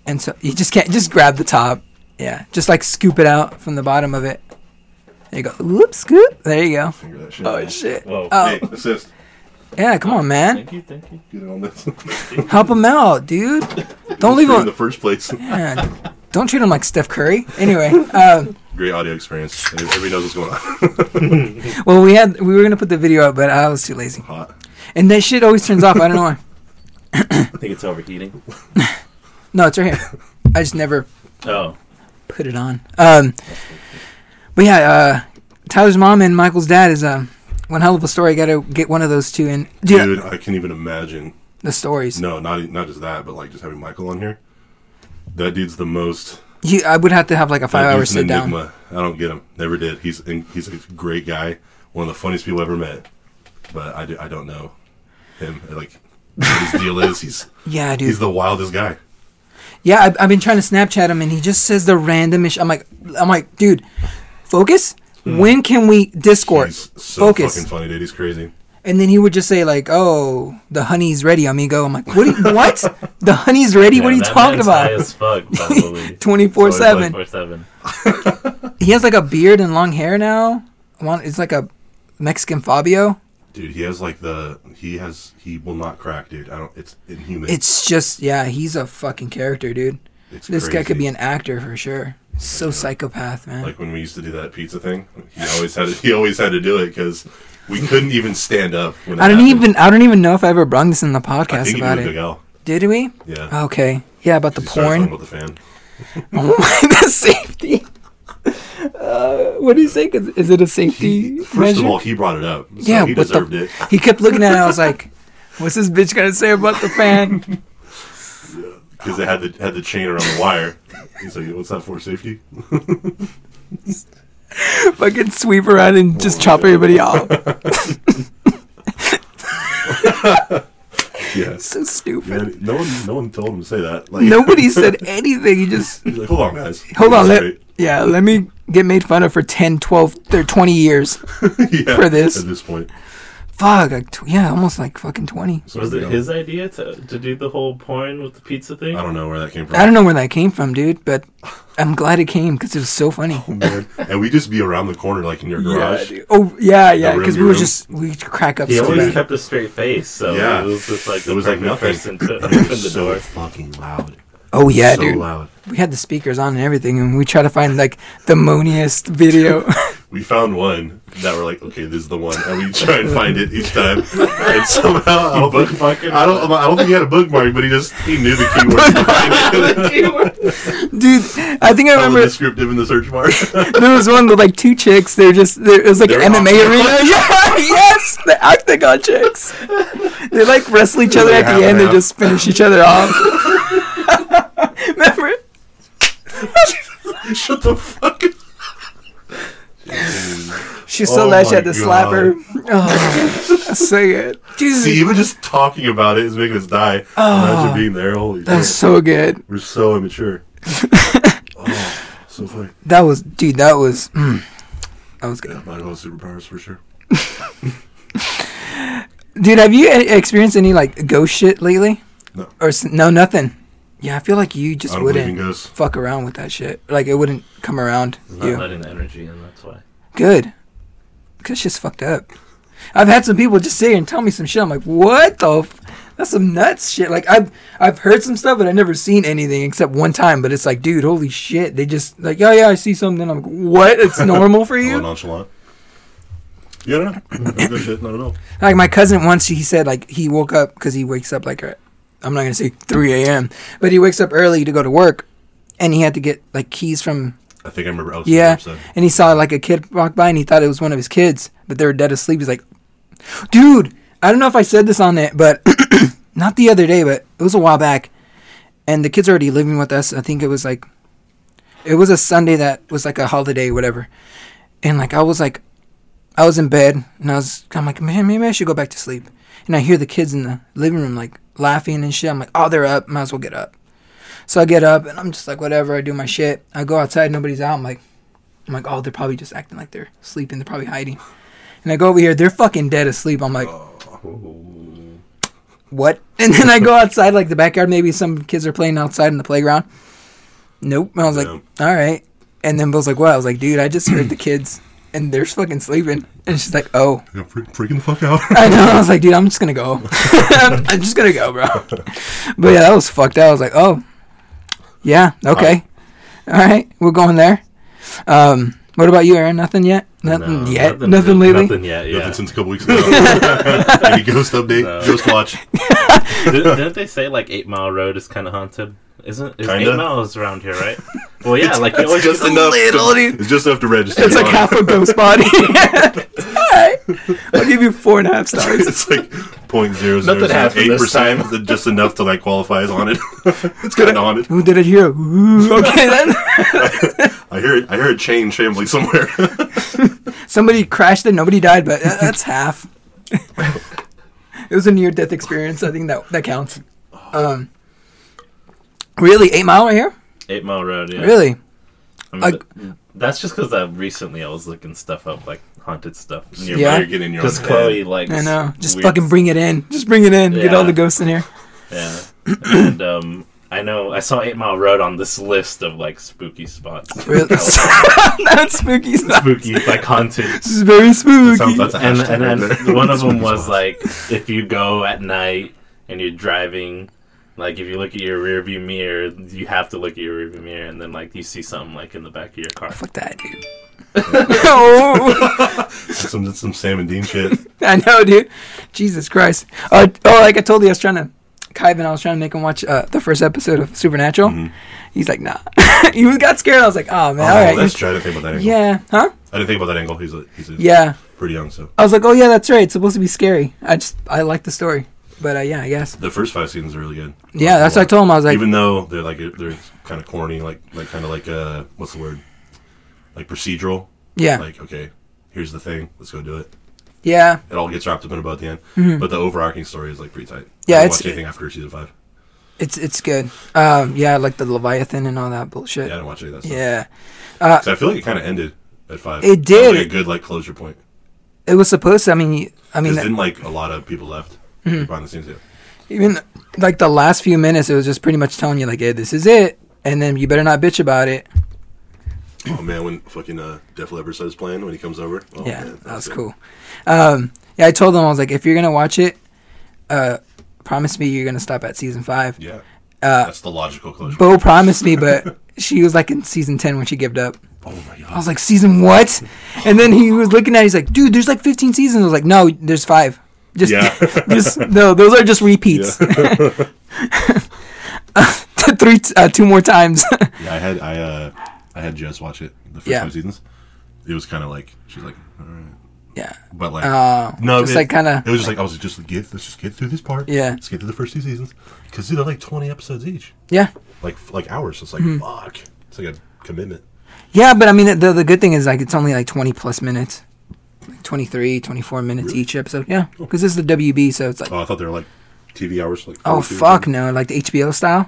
[SPEAKER 2] And so you just can't just grab the top. Yeah, just like scoop it out from the bottom of it. There you go. Whoop scoop. There you go.
[SPEAKER 1] Figure that shit.
[SPEAKER 2] Oh
[SPEAKER 1] out.
[SPEAKER 2] shit.
[SPEAKER 3] Whoa.
[SPEAKER 2] Oh.
[SPEAKER 1] Hey, assist.
[SPEAKER 2] Yeah, come on, man.
[SPEAKER 3] Thank you, thank you.
[SPEAKER 1] Get in on this.
[SPEAKER 2] Help him out, dude. Don't leave
[SPEAKER 1] in the
[SPEAKER 2] him.
[SPEAKER 1] first place.
[SPEAKER 2] Man, don't treat him like Steph Curry. Anyway, uh,
[SPEAKER 1] Great audio experience. Everybody knows what's going on.
[SPEAKER 2] well, we had we were gonna put the video up, but I was too lazy.
[SPEAKER 1] Hot.
[SPEAKER 2] And that shit always turns off. I don't know why.
[SPEAKER 3] I think it's overheating.
[SPEAKER 2] No, it's right here. I just never
[SPEAKER 3] Oh,
[SPEAKER 2] put it on. Um, but yeah, uh, Tyler's mom and Michael's dad is um, one hell of a story. Got to get one of those two in. Dude,
[SPEAKER 1] Dude, I can't even imagine.
[SPEAKER 2] the stories.
[SPEAKER 1] No, not not just that, but like just having Michael on here. That dude's the most.
[SPEAKER 2] You, I would have to have like a
[SPEAKER 1] that
[SPEAKER 2] five hour
[SPEAKER 1] dude's an
[SPEAKER 2] sit down.
[SPEAKER 1] enigma. I don't get him. Never did. He's in, he's a great guy. One of the funniest people I ever met. But I, do, I don't know him. Like what his deal is he's
[SPEAKER 2] Yeah, dude.
[SPEAKER 1] he's the wildest guy.
[SPEAKER 2] Yeah, I've, I've been trying to Snapchat him, and he just says the randomish. I'm like, I'm like, dude, focus. When can we discourse?
[SPEAKER 1] He's Hmm. so
[SPEAKER 2] focus.
[SPEAKER 1] fucking funny, dude. He's crazy.
[SPEAKER 2] And then he would just say like, "Oh, the honey's ready, amigo." I'm like, "What? do you- what? The honey's ready? what are
[SPEAKER 3] Yeah,
[SPEAKER 2] you
[SPEAKER 3] that
[SPEAKER 2] talking
[SPEAKER 3] man's High
[SPEAKER 2] about?"
[SPEAKER 3] as fuck, probably.
[SPEAKER 2] Twenty four seven.
[SPEAKER 3] Four seven.
[SPEAKER 2] He has like a beard and long hair now. One, it's like a Mexican Fabio.
[SPEAKER 1] Dude, he has like the he has he will not crack, dude. I don't. It's inhuman.
[SPEAKER 2] It's just, yeah, he's a fucking character, dude.
[SPEAKER 1] It's
[SPEAKER 2] This guy could
[SPEAKER 1] crazy.
[SPEAKER 2] be an actor for sure. So psychopath, man.
[SPEAKER 1] like when we used to do that pizza thing. He always had to, he always had to do it because We couldn't even stand up. When
[SPEAKER 2] I don't
[SPEAKER 1] happened.
[SPEAKER 2] even I don't even know if I ever brought this in the
[SPEAKER 1] I
[SPEAKER 2] podcast
[SPEAKER 1] think
[SPEAKER 2] about
[SPEAKER 1] about
[SPEAKER 2] it.
[SPEAKER 1] Gal.
[SPEAKER 2] Did we?
[SPEAKER 1] Yeah.
[SPEAKER 2] Okay. Yeah, about the
[SPEAKER 1] She started talking
[SPEAKER 2] porn.
[SPEAKER 1] About the fan.
[SPEAKER 2] the safety. Uh, what do you say? 'Cause Is it a
[SPEAKER 1] He,
[SPEAKER 2] safety
[SPEAKER 1] first
[SPEAKER 2] measure?
[SPEAKER 1] of all, he brought it up. So
[SPEAKER 2] yeah,
[SPEAKER 1] he
[SPEAKER 2] what the-
[SPEAKER 1] deserved it.
[SPEAKER 2] He kept looking at it. I was like, "What's this bitch gonna say about the fan?"
[SPEAKER 1] Because it had the had the chain around the wire. He's like, "What's that for? Safety?"
[SPEAKER 2] Fucking sweep around and just chop
[SPEAKER 1] God.
[SPEAKER 2] everybody off.
[SPEAKER 1] Yes.
[SPEAKER 2] so stupid.
[SPEAKER 1] Man, no one, no one told him to say that. Like,
[SPEAKER 2] Nobody said anything. He just
[SPEAKER 1] He's like, "Hold on, guys.
[SPEAKER 2] hold on. Let,
[SPEAKER 1] Straight."
[SPEAKER 2] yeah, let me get made fun of for 10, 12, or 20 years.
[SPEAKER 1] yeah,
[SPEAKER 2] for this.
[SPEAKER 1] At this point,
[SPEAKER 2] Fuck. Like, tw- yeah, almost like fucking 20.
[SPEAKER 1] So
[SPEAKER 3] Was
[SPEAKER 1] there
[SPEAKER 3] it
[SPEAKER 1] we go.
[SPEAKER 3] his idea to, to do the whole porn with the pizza thing?
[SPEAKER 1] I don't know where that came from.
[SPEAKER 2] I don't know where that came from, dude, but I'm glad it came because it was so funny.
[SPEAKER 1] man. and we just be around the corner, like in your garage.
[SPEAKER 2] Yeah, dude. oh yeah, yeah.
[SPEAKER 1] room,
[SPEAKER 2] Because we
[SPEAKER 1] your
[SPEAKER 2] were
[SPEAKER 1] room.
[SPEAKER 2] just we would crack up
[SPEAKER 3] He
[SPEAKER 2] so
[SPEAKER 3] always
[SPEAKER 2] bad.
[SPEAKER 3] kept a straight face, so
[SPEAKER 1] Yeah.
[SPEAKER 3] it was just like
[SPEAKER 1] It
[SPEAKER 3] the
[SPEAKER 1] was like
[SPEAKER 3] perfect
[SPEAKER 1] nothing.
[SPEAKER 3] person to
[SPEAKER 1] It
[SPEAKER 3] open the
[SPEAKER 1] was so
[SPEAKER 3] door.
[SPEAKER 1] fucking loud.
[SPEAKER 2] Oh yeah,
[SPEAKER 1] so
[SPEAKER 2] dude.
[SPEAKER 1] loud.
[SPEAKER 2] We had the speakers on and everything, and we try to find like the moaniest video.
[SPEAKER 1] We found one that we're like, okay, this is the one, and we try and find it each time. And somehow I don't, think,
[SPEAKER 3] bookmarked it?
[SPEAKER 1] I don't, I don't think he had a bookmark, but he just he knew the keyword.
[SPEAKER 2] dude, I think I
[SPEAKER 1] All the
[SPEAKER 2] remember
[SPEAKER 1] descriptive in the search bar.
[SPEAKER 2] there was one with like two chicks. They're just they're, it was like
[SPEAKER 1] They're
[SPEAKER 2] an MMA
[SPEAKER 1] octagon.
[SPEAKER 2] arena. Yeah, yes, the octagon chicks. They like wrestle each other
[SPEAKER 1] They're
[SPEAKER 2] at
[SPEAKER 1] half
[SPEAKER 2] the
[SPEAKER 1] and
[SPEAKER 2] end. They
[SPEAKER 1] half.
[SPEAKER 2] just finish each other off. remember? it?
[SPEAKER 1] Shut the fuck. up.
[SPEAKER 2] She's so
[SPEAKER 1] Oh
[SPEAKER 2] loud she
[SPEAKER 1] my
[SPEAKER 2] had to slap her. Oh, so good. Jesus,
[SPEAKER 1] See, even just talking about it is making us die.
[SPEAKER 2] Ah,
[SPEAKER 1] Imagine being there. Holy
[SPEAKER 2] that was
[SPEAKER 1] shit.
[SPEAKER 2] so good.
[SPEAKER 1] We're so immature. oh, so funny.
[SPEAKER 2] That was, dude. That was, mm, that was good,
[SPEAKER 1] Yeah, my own superpowers for sure.
[SPEAKER 2] dude. Have you e- experienced any like ghost shit lately?
[SPEAKER 1] No.
[SPEAKER 2] Or s- no, nothing. Yeah, I feel like you
[SPEAKER 1] I
[SPEAKER 2] just
[SPEAKER 1] don't believe in
[SPEAKER 2] wouldn't
[SPEAKER 1] ghosts.
[SPEAKER 2] fuck around with that shit. Like it wouldn't come around
[SPEAKER 3] Not
[SPEAKER 2] you.
[SPEAKER 3] letting the energy in, that's why.
[SPEAKER 2] Good. Cause shit's fucked up. I've had some people just sit here and tell me some shit. I'm like, what the? F-? That's some nuts shit. Like I've I've heard some stuff, but I've never seen anything except one time. But it's like, dude, holy shit! They just like, oh yeah, I see something. I'm like, what? It's normal for
[SPEAKER 1] Hello,
[SPEAKER 2] you?
[SPEAKER 1] nonchalant. Yeah, no, no. no good shit, not at all.
[SPEAKER 2] Like my cousin once, he said like he woke up because he wakes up like at- I'm not gonna say 3 a.m. but he wakes up early to go to work, and he had to get like keys from
[SPEAKER 1] I think I remember. Alex
[SPEAKER 2] yeah,
[SPEAKER 1] Said.
[SPEAKER 2] and he saw like a kid walk by and he thought it was one of his kids, but they were dead asleep. He's like, dude, I don't know if I said this on it, but not the other day, but it was a while back, and the kids already living with us. I think it was like it was a Sunday that was like a holiday, whatever, and like I was like I was in bed and I was I'm like, man, maybe I should go back to sleep. And I hear the kids in the living room like laughing and shit. I'm like, oh, they're up. Might as well get up. So I get up and I'm just like, whatever. I do my shit. I go outside. Nobody's out. I'm like, I'm like, oh, they're probably just acting like they're sleeping. They're probably hiding. And I go over here. They're fucking dead asleep. I'm like, what? And then I go outside like the backyard. Maybe some kids are playing outside in the playground. Nope. And I was like,
[SPEAKER 1] No.
[SPEAKER 2] all right. And then Bill's like, what? I was like, dude, I just heard the kids and they're fucking sleeping. And she's like, oh.
[SPEAKER 1] Yeah, freak, freaking the fuck out.
[SPEAKER 2] I know. I was like, dude, I'm just gonna go. I'm just gonna go, bro. But yeah, that was fucked. up. I was like, oh, yeah, okay, all right, we're going there. Um, what about you, Aaron? Nothing yet? Nothing
[SPEAKER 3] No,
[SPEAKER 2] yet? Nothing, lately?
[SPEAKER 3] Nothing yet, yeah.
[SPEAKER 1] Nothing since a couple weeks ago. Any ghost update?
[SPEAKER 3] No.
[SPEAKER 1] Ghost watch?
[SPEAKER 3] Did, didn't they say like Eight Mile Road is kind of haunted? Isn't is
[SPEAKER 1] Kinda.
[SPEAKER 3] Eight Mile is around here, right? Well, yeah, like you always
[SPEAKER 1] just
[SPEAKER 3] just
[SPEAKER 1] enough.
[SPEAKER 2] little,
[SPEAKER 1] to,
[SPEAKER 2] dude.
[SPEAKER 1] it's just enough to register.
[SPEAKER 2] It's like half a ghost body. all right, I'll give you four and a half stars.
[SPEAKER 1] It's like point zero zero
[SPEAKER 3] Nothing
[SPEAKER 1] zero
[SPEAKER 3] happened
[SPEAKER 1] eight
[SPEAKER 3] this
[SPEAKER 1] percent. Just enough to like qualify as haunted. it's kind of haunted.
[SPEAKER 2] Who did it here? Ooh, okay, then
[SPEAKER 1] I hear it. I hear a chain shambling somewhere.
[SPEAKER 2] somebody crashed and nobody died, but that- that's half. it was a near-death experience. I think that that counts. Um, really, eight mile right here.
[SPEAKER 3] Eight Mile Road, yeah.
[SPEAKER 2] Really?
[SPEAKER 3] I mean,
[SPEAKER 2] Like-
[SPEAKER 3] th- that's just because I recently I was looking stuff up, like haunted stuff.
[SPEAKER 1] You're
[SPEAKER 2] Yeah.
[SPEAKER 1] better getting your own
[SPEAKER 3] Because Chloe
[SPEAKER 1] head.
[SPEAKER 3] likes.
[SPEAKER 2] I know. Just
[SPEAKER 3] weird-
[SPEAKER 2] fucking bring it in. Just bring it in. Get all
[SPEAKER 3] Yeah.
[SPEAKER 2] the ghosts in here.
[SPEAKER 3] Yeah. And um, I know I saw Eight Mile Road on this list of like spooky spots.
[SPEAKER 2] Really? That's spooky stuff.
[SPEAKER 3] spooky, like haunted.
[SPEAKER 2] This is very spooky.
[SPEAKER 1] sounds like- That's a
[SPEAKER 3] and
[SPEAKER 1] hashtag
[SPEAKER 3] and
[SPEAKER 1] right
[SPEAKER 3] then
[SPEAKER 1] there.
[SPEAKER 3] one of them
[SPEAKER 1] Spooky
[SPEAKER 3] was
[SPEAKER 1] spots.
[SPEAKER 3] like if you go at night and you're driving Like if you look at your rearview mirror, you have to look at your rearview mirror, and then like you see something like in the back of your car.
[SPEAKER 2] Fuck that, dude. oh,
[SPEAKER 1] That's some, that's some Sam and Dean shit.
[SPEAKER 2] I know, dude. Jesus Christ. Uh, oh, like I told you, I was trying to. Kyvan, I was trying to make him watch uh, the first episode of Supernatural. He's like, nah. he was- got scared. I was like, oh, man,
[SPEAKER 1] Mm-hmm. Oh,
[SPEAKER 2] all right.
[SPEAKER 1] that's
[SPEAKER 2] you-
[SPEAKER 1] true. I didn't think about that angle.
[SPEAKER 2] yeah, huh?
[SPEAKER 1] I didn't think about that angle. He's a, he's a,
[SPEAKER 2] Yeah.
[SPEAKER 1] pretty young, so
[SPEAKER 2] I was like, oh, yeah, that's right. It's supposed to be scary. I just, I like the story. But uh, yeah, I guess.
[SPEAKER 1] the first five seasons are really good.
[SPEAKER 2] Yeah, that's what I told him. I was like,
[SPEAKER 1] Even though they're like they're kind of corny, like like kind of like uh what's the word, like procedural.
[SPEAKER 2] yeah,
[SPEAKER 1] Like okay, here's the thing, let's go do it.
[SPEAKER 2] yeah.
[SPEAKER 1] It all gets wrapped up in about the end, but the overarching story is like pretty tight.
[SPEAKER 2] Mm-hmm.
[SPEAKER 1] I
[SPEAKER 2] Yeah,
[SPEAKER 1] didn't
[SPEAKER 2] it's-
[SPEAKER 1] watch anything after season five.
[SPEAKER 2] It's it's good. Um, yeah, like the Leviathan and all that
[SPEAKER 1] Yeah,
[SPEAKER 2] bullshit.
[SPEAKER 1] I
[SPEAKER 2] Yeah.
[SPEAKER 1] didn't watch any of that. Stuff. So I feel like it kind of ended at five.
[SPEAKER 2] It
[SPEAKER 1] was,
[SPEAKER 2] did.
[SPEAKER 1] like a good like closure point.
[SPEAKER 2] It was supposed to. I mean, I mean, Mm-hmm.
[SPEAKER 1] Because then like a lot of people left behind the scenes. Yeah.
[SPEAKER 2] even like the last few minutes, it was just pretty much telling you like, hey, this is it, and then you better not bitch about it.
[SPEAKER 1] Oh man, when fucking uh, Def Leppard starts playing when he comes over. Oh,
[SPEAKER 2] yeah,
[SPEAKER 1] man,
[SPEAKER 2] that was
[SPEAKER 1] it.
[SPEAKER 2] cool. Um, yeah, I told them I was like, if you're gonna watch it, uh, promise me you're gonna stop at season five.
[SPEAKER 1] Yeah,
[SPEAKER 2] Uh,
[SPEAKER 1] that's the logical closure.
[SPEAKER 2] Bo promised me, but she was like in season ten when she gave up.
[SPEAKER 1] oh my god.
[SPEAKER 2] I was like, season what? And then he was looking at it, he's like, dude, there's like 15 seasons. I was like, no, there's five. Just,
[SPEAKER 1] Yeah.
[SPEAKER 2] just no, those are just repeats. Three, t- uh, two more times.
[SPEAKER 1] Yeah, I had I uh I had Jess watch it the first
[SPEAKER 2] Yeah.
[SPEAKER 1] five seasons. It was kind of like she's like, all right,
[SPEAKER 2] yeah.
[SPEAKER 1] but like
[SPEAKER 2] Uh,
[SPEAKER 1] no,
[SPEAKER 2] just
[SPEAKER 1] it-
[SPEAKER 2] like kinda-
[SPEAKER 1] It was just like I was just like, get let's just get through this part.
[SPEAKER 2] Yeah.
[SPEAKER 1] let's get through the first two seasons because they're like twenty episodes each,
[SPEAKER 2] Yeah.
[SPEAKER 1] like f- like hours. So it's like
[SPEAKER 2] Mm-hmm.
[SPEAKER 1] fuck, it's like a commitment.
[SPEAKER 2] Yeah, but I mean, the, the good thing is, like, it's only like 20 plus minutes. Like 23, 24 minutes
[SPEAKER 1] Really?
[SPEAKER 2] each episode. Yeah. Because this is the WB, so it's like,
[SPEAKER 1] Oh, I thought they were like TV hours. Like
[SPEAKER 2] oh,
[SPEAKER 1] 42 or
[SPEAKER 2] fuck
[SPEAKER 1] something.
[SPEAKER 2] no. Like the HBO style.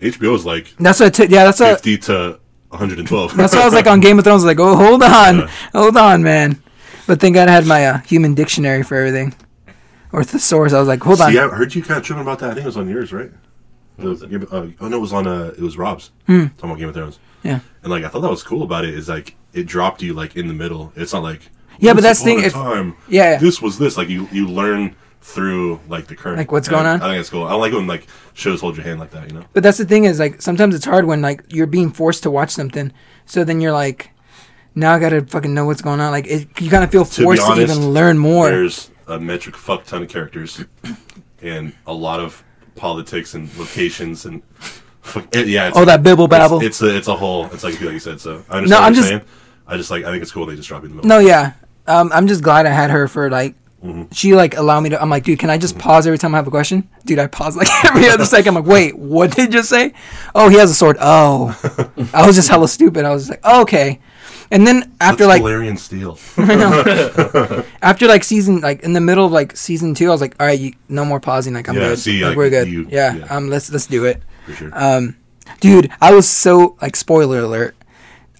[SPEAKER 1] HBO is like
[SPEAKER 2] That's what I took. Yeah, that's what.
[SPEAKER 1] fifty to one hundred and twelve.
[SPEAKER 2] That's why I was like on Game of Thrones, like, oh, hold on, hold on, man. But thank God I had my uh, human dictionary for everything, or thesaurus. I was like, hold on,
[SPEAKER 1] See, I heard you kind of tripping about that. I think it was on yours, right?
[SPEAKER 3] was it?
[SPEAKER 1] Game of- uh, oh no, it was on uh, it was Rob's.
[SPEAKER 2] Hmm.
[SPEAKER 1] Talking about Game of Thrones.
[SPEAKER 2] yeah,
[SPEAKER 1] And like I thought that was cool about it is like it dropped you like in the middle. It's not like
[SPEAKER 2] Yeah, but
[SPEAKER 1] "Once
[SPEAKER 2] that's the
[SPEAKER 1] upon
[SPEAKER 2] thing,
[SPEAKER 1] a
[SPEAKER 2] if-
[SPEAKER 1] time,
[SPEAKER 2] yeah, yeah.
[SPEAKER 1] this was this like you you learn through like the current
[SPEAKER 2] Like, what's
[SPEAKER 1] And
[SPEAKER 2] going on?
[SPEAKER 1] I think it's cool. I like when like shows hold your hand like that. You know,
[SPEAKER 2] But that's the thing is, like, sometimes it's hard when like you're being forced to watch something, so then you're like, now I gotta fucking know what's going on. Like, it, you kind of feel
[SPEAKER 1] be
[SPEAKER 2] forced to,
[SPEAKER 1] honest,
[SPEAKER 2] even learn more.
[SPEAKER 1] there's a metric fuck ton of characters and a lot of politics and locations and fuck- it- yeah. It's,
[SPEAKER 2] All Oh, that bibble
[SPEAKER 1] it's-
[SPEAKER 2] babble.
[SPEAKER 1] It's, a it's a whole. It's like like you said. So I understand
[SPEAKER 2] No,
[SPEAKER 1] what
[SPEAKER 2] I'm
[SPEAKER 1] you're
[SPEAKER 2] just-
[SPEAKER 1] saying. I just like I think it's cool they just drop you in the middle.
[SPEAKER 2] No, yeah. Um, I'm just glad I had her for like.
[SPEAKER 1] Mm-hmm.
[SPEAKER 2] She like allowed me to. I'm like, dude, can I just pause every time I have a question? Dude, I pause like every other second. I'm like, wait, what did you just say? Oh, he has a sword. Oh, I was just hella stupid. I was just like, oh, okay. And then after like
[SPEAKER 1] Valerian Steel.
[SPEAKER 2] after like season like in the middle of like season two, I was like, all right, you, no more pausing. Like I'm
[SPEAKER 1] Yeah,
[SPEAKER 2] good.
[SPEAKER 1] see,
[SPEAKER 2] like,
[SPEAKER 1] like,
[SPEAKER 2] we're good.
[SPEAKER 1] you-
[SPEAKER 2] yeah,
[SPEAKER 1] yeah.
[SPEAKER 2] um, let's let's do it.
[SPEAKER 1] for sure.
[SPEAKER 2] Uh, Dude, I was so like spoiler alert.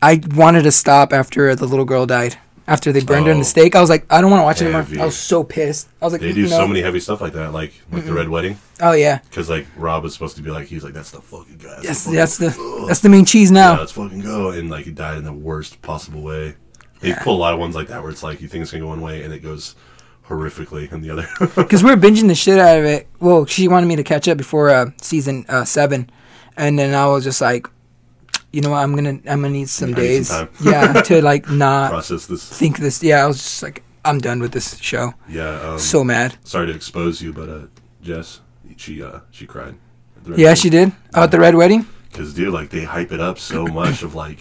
[SPEAKER 2] I wanted to stop after the little girl died. After they burned her in
[SPEAKER 1] Oh.
[SPEAKER 2] the stake, I was like, I don't want to watch it anymore.
[SPEAKER 1] Heavy.
[SPEAKER 2] I was so pissed. I was like,
[SPEAKER 1] they do
[SPEAKER 2] no.
[SPEAKER 1] so many heavy stuff like that, like like the Red Wedding.
[SPEAKER 2] Oh yeah,
[SPEAKER 1] Because like Rob was supposed to be like, he's like, that's the fucking guy. That's
[SPEAKER 2] that's
[SPEAKER 1] the fucking,
[SPEAKER 2] that's the
[SPEAKER 1] Ugh.
[SPEAKER 2] that's the main cheese
[SPEAKER 1] yeah,
[SPEAKER 2] now.
[SPEAKER 1] let's fucking go. And like he died in the worst possible way. They pull a lot of ones like that where it's like you think it's gonna go one way and it goes horrifically in the other.
[SPEAKER 2] Because we were binging the shit out of it. Well, she wanted me to catch up before uh, season uh, seven, and then I was just like, you know what, I'm gonna I'm gonna need
[SPEAKER 1] I need some
[SPEAKER 2] some days,
[SPEAKER 1] time.
[SPEAKER 2] yeah, to like not
[SPEAKER 1] Process this.
[SPEAKER 2] think this. Yeah, I was just like, I'm done with this show.
[SPEAKER 1] Yeah. Um,
[SPEAKER 2] So mad.
[SPEAKER 1] sorry to expose you, but uh, Jess, she uh, she cried.
[SPEAKER 2] Yeah, she did. Oh, at the red wedding.
[SPEAKER 1] Because dude, like they hype it up so much of like,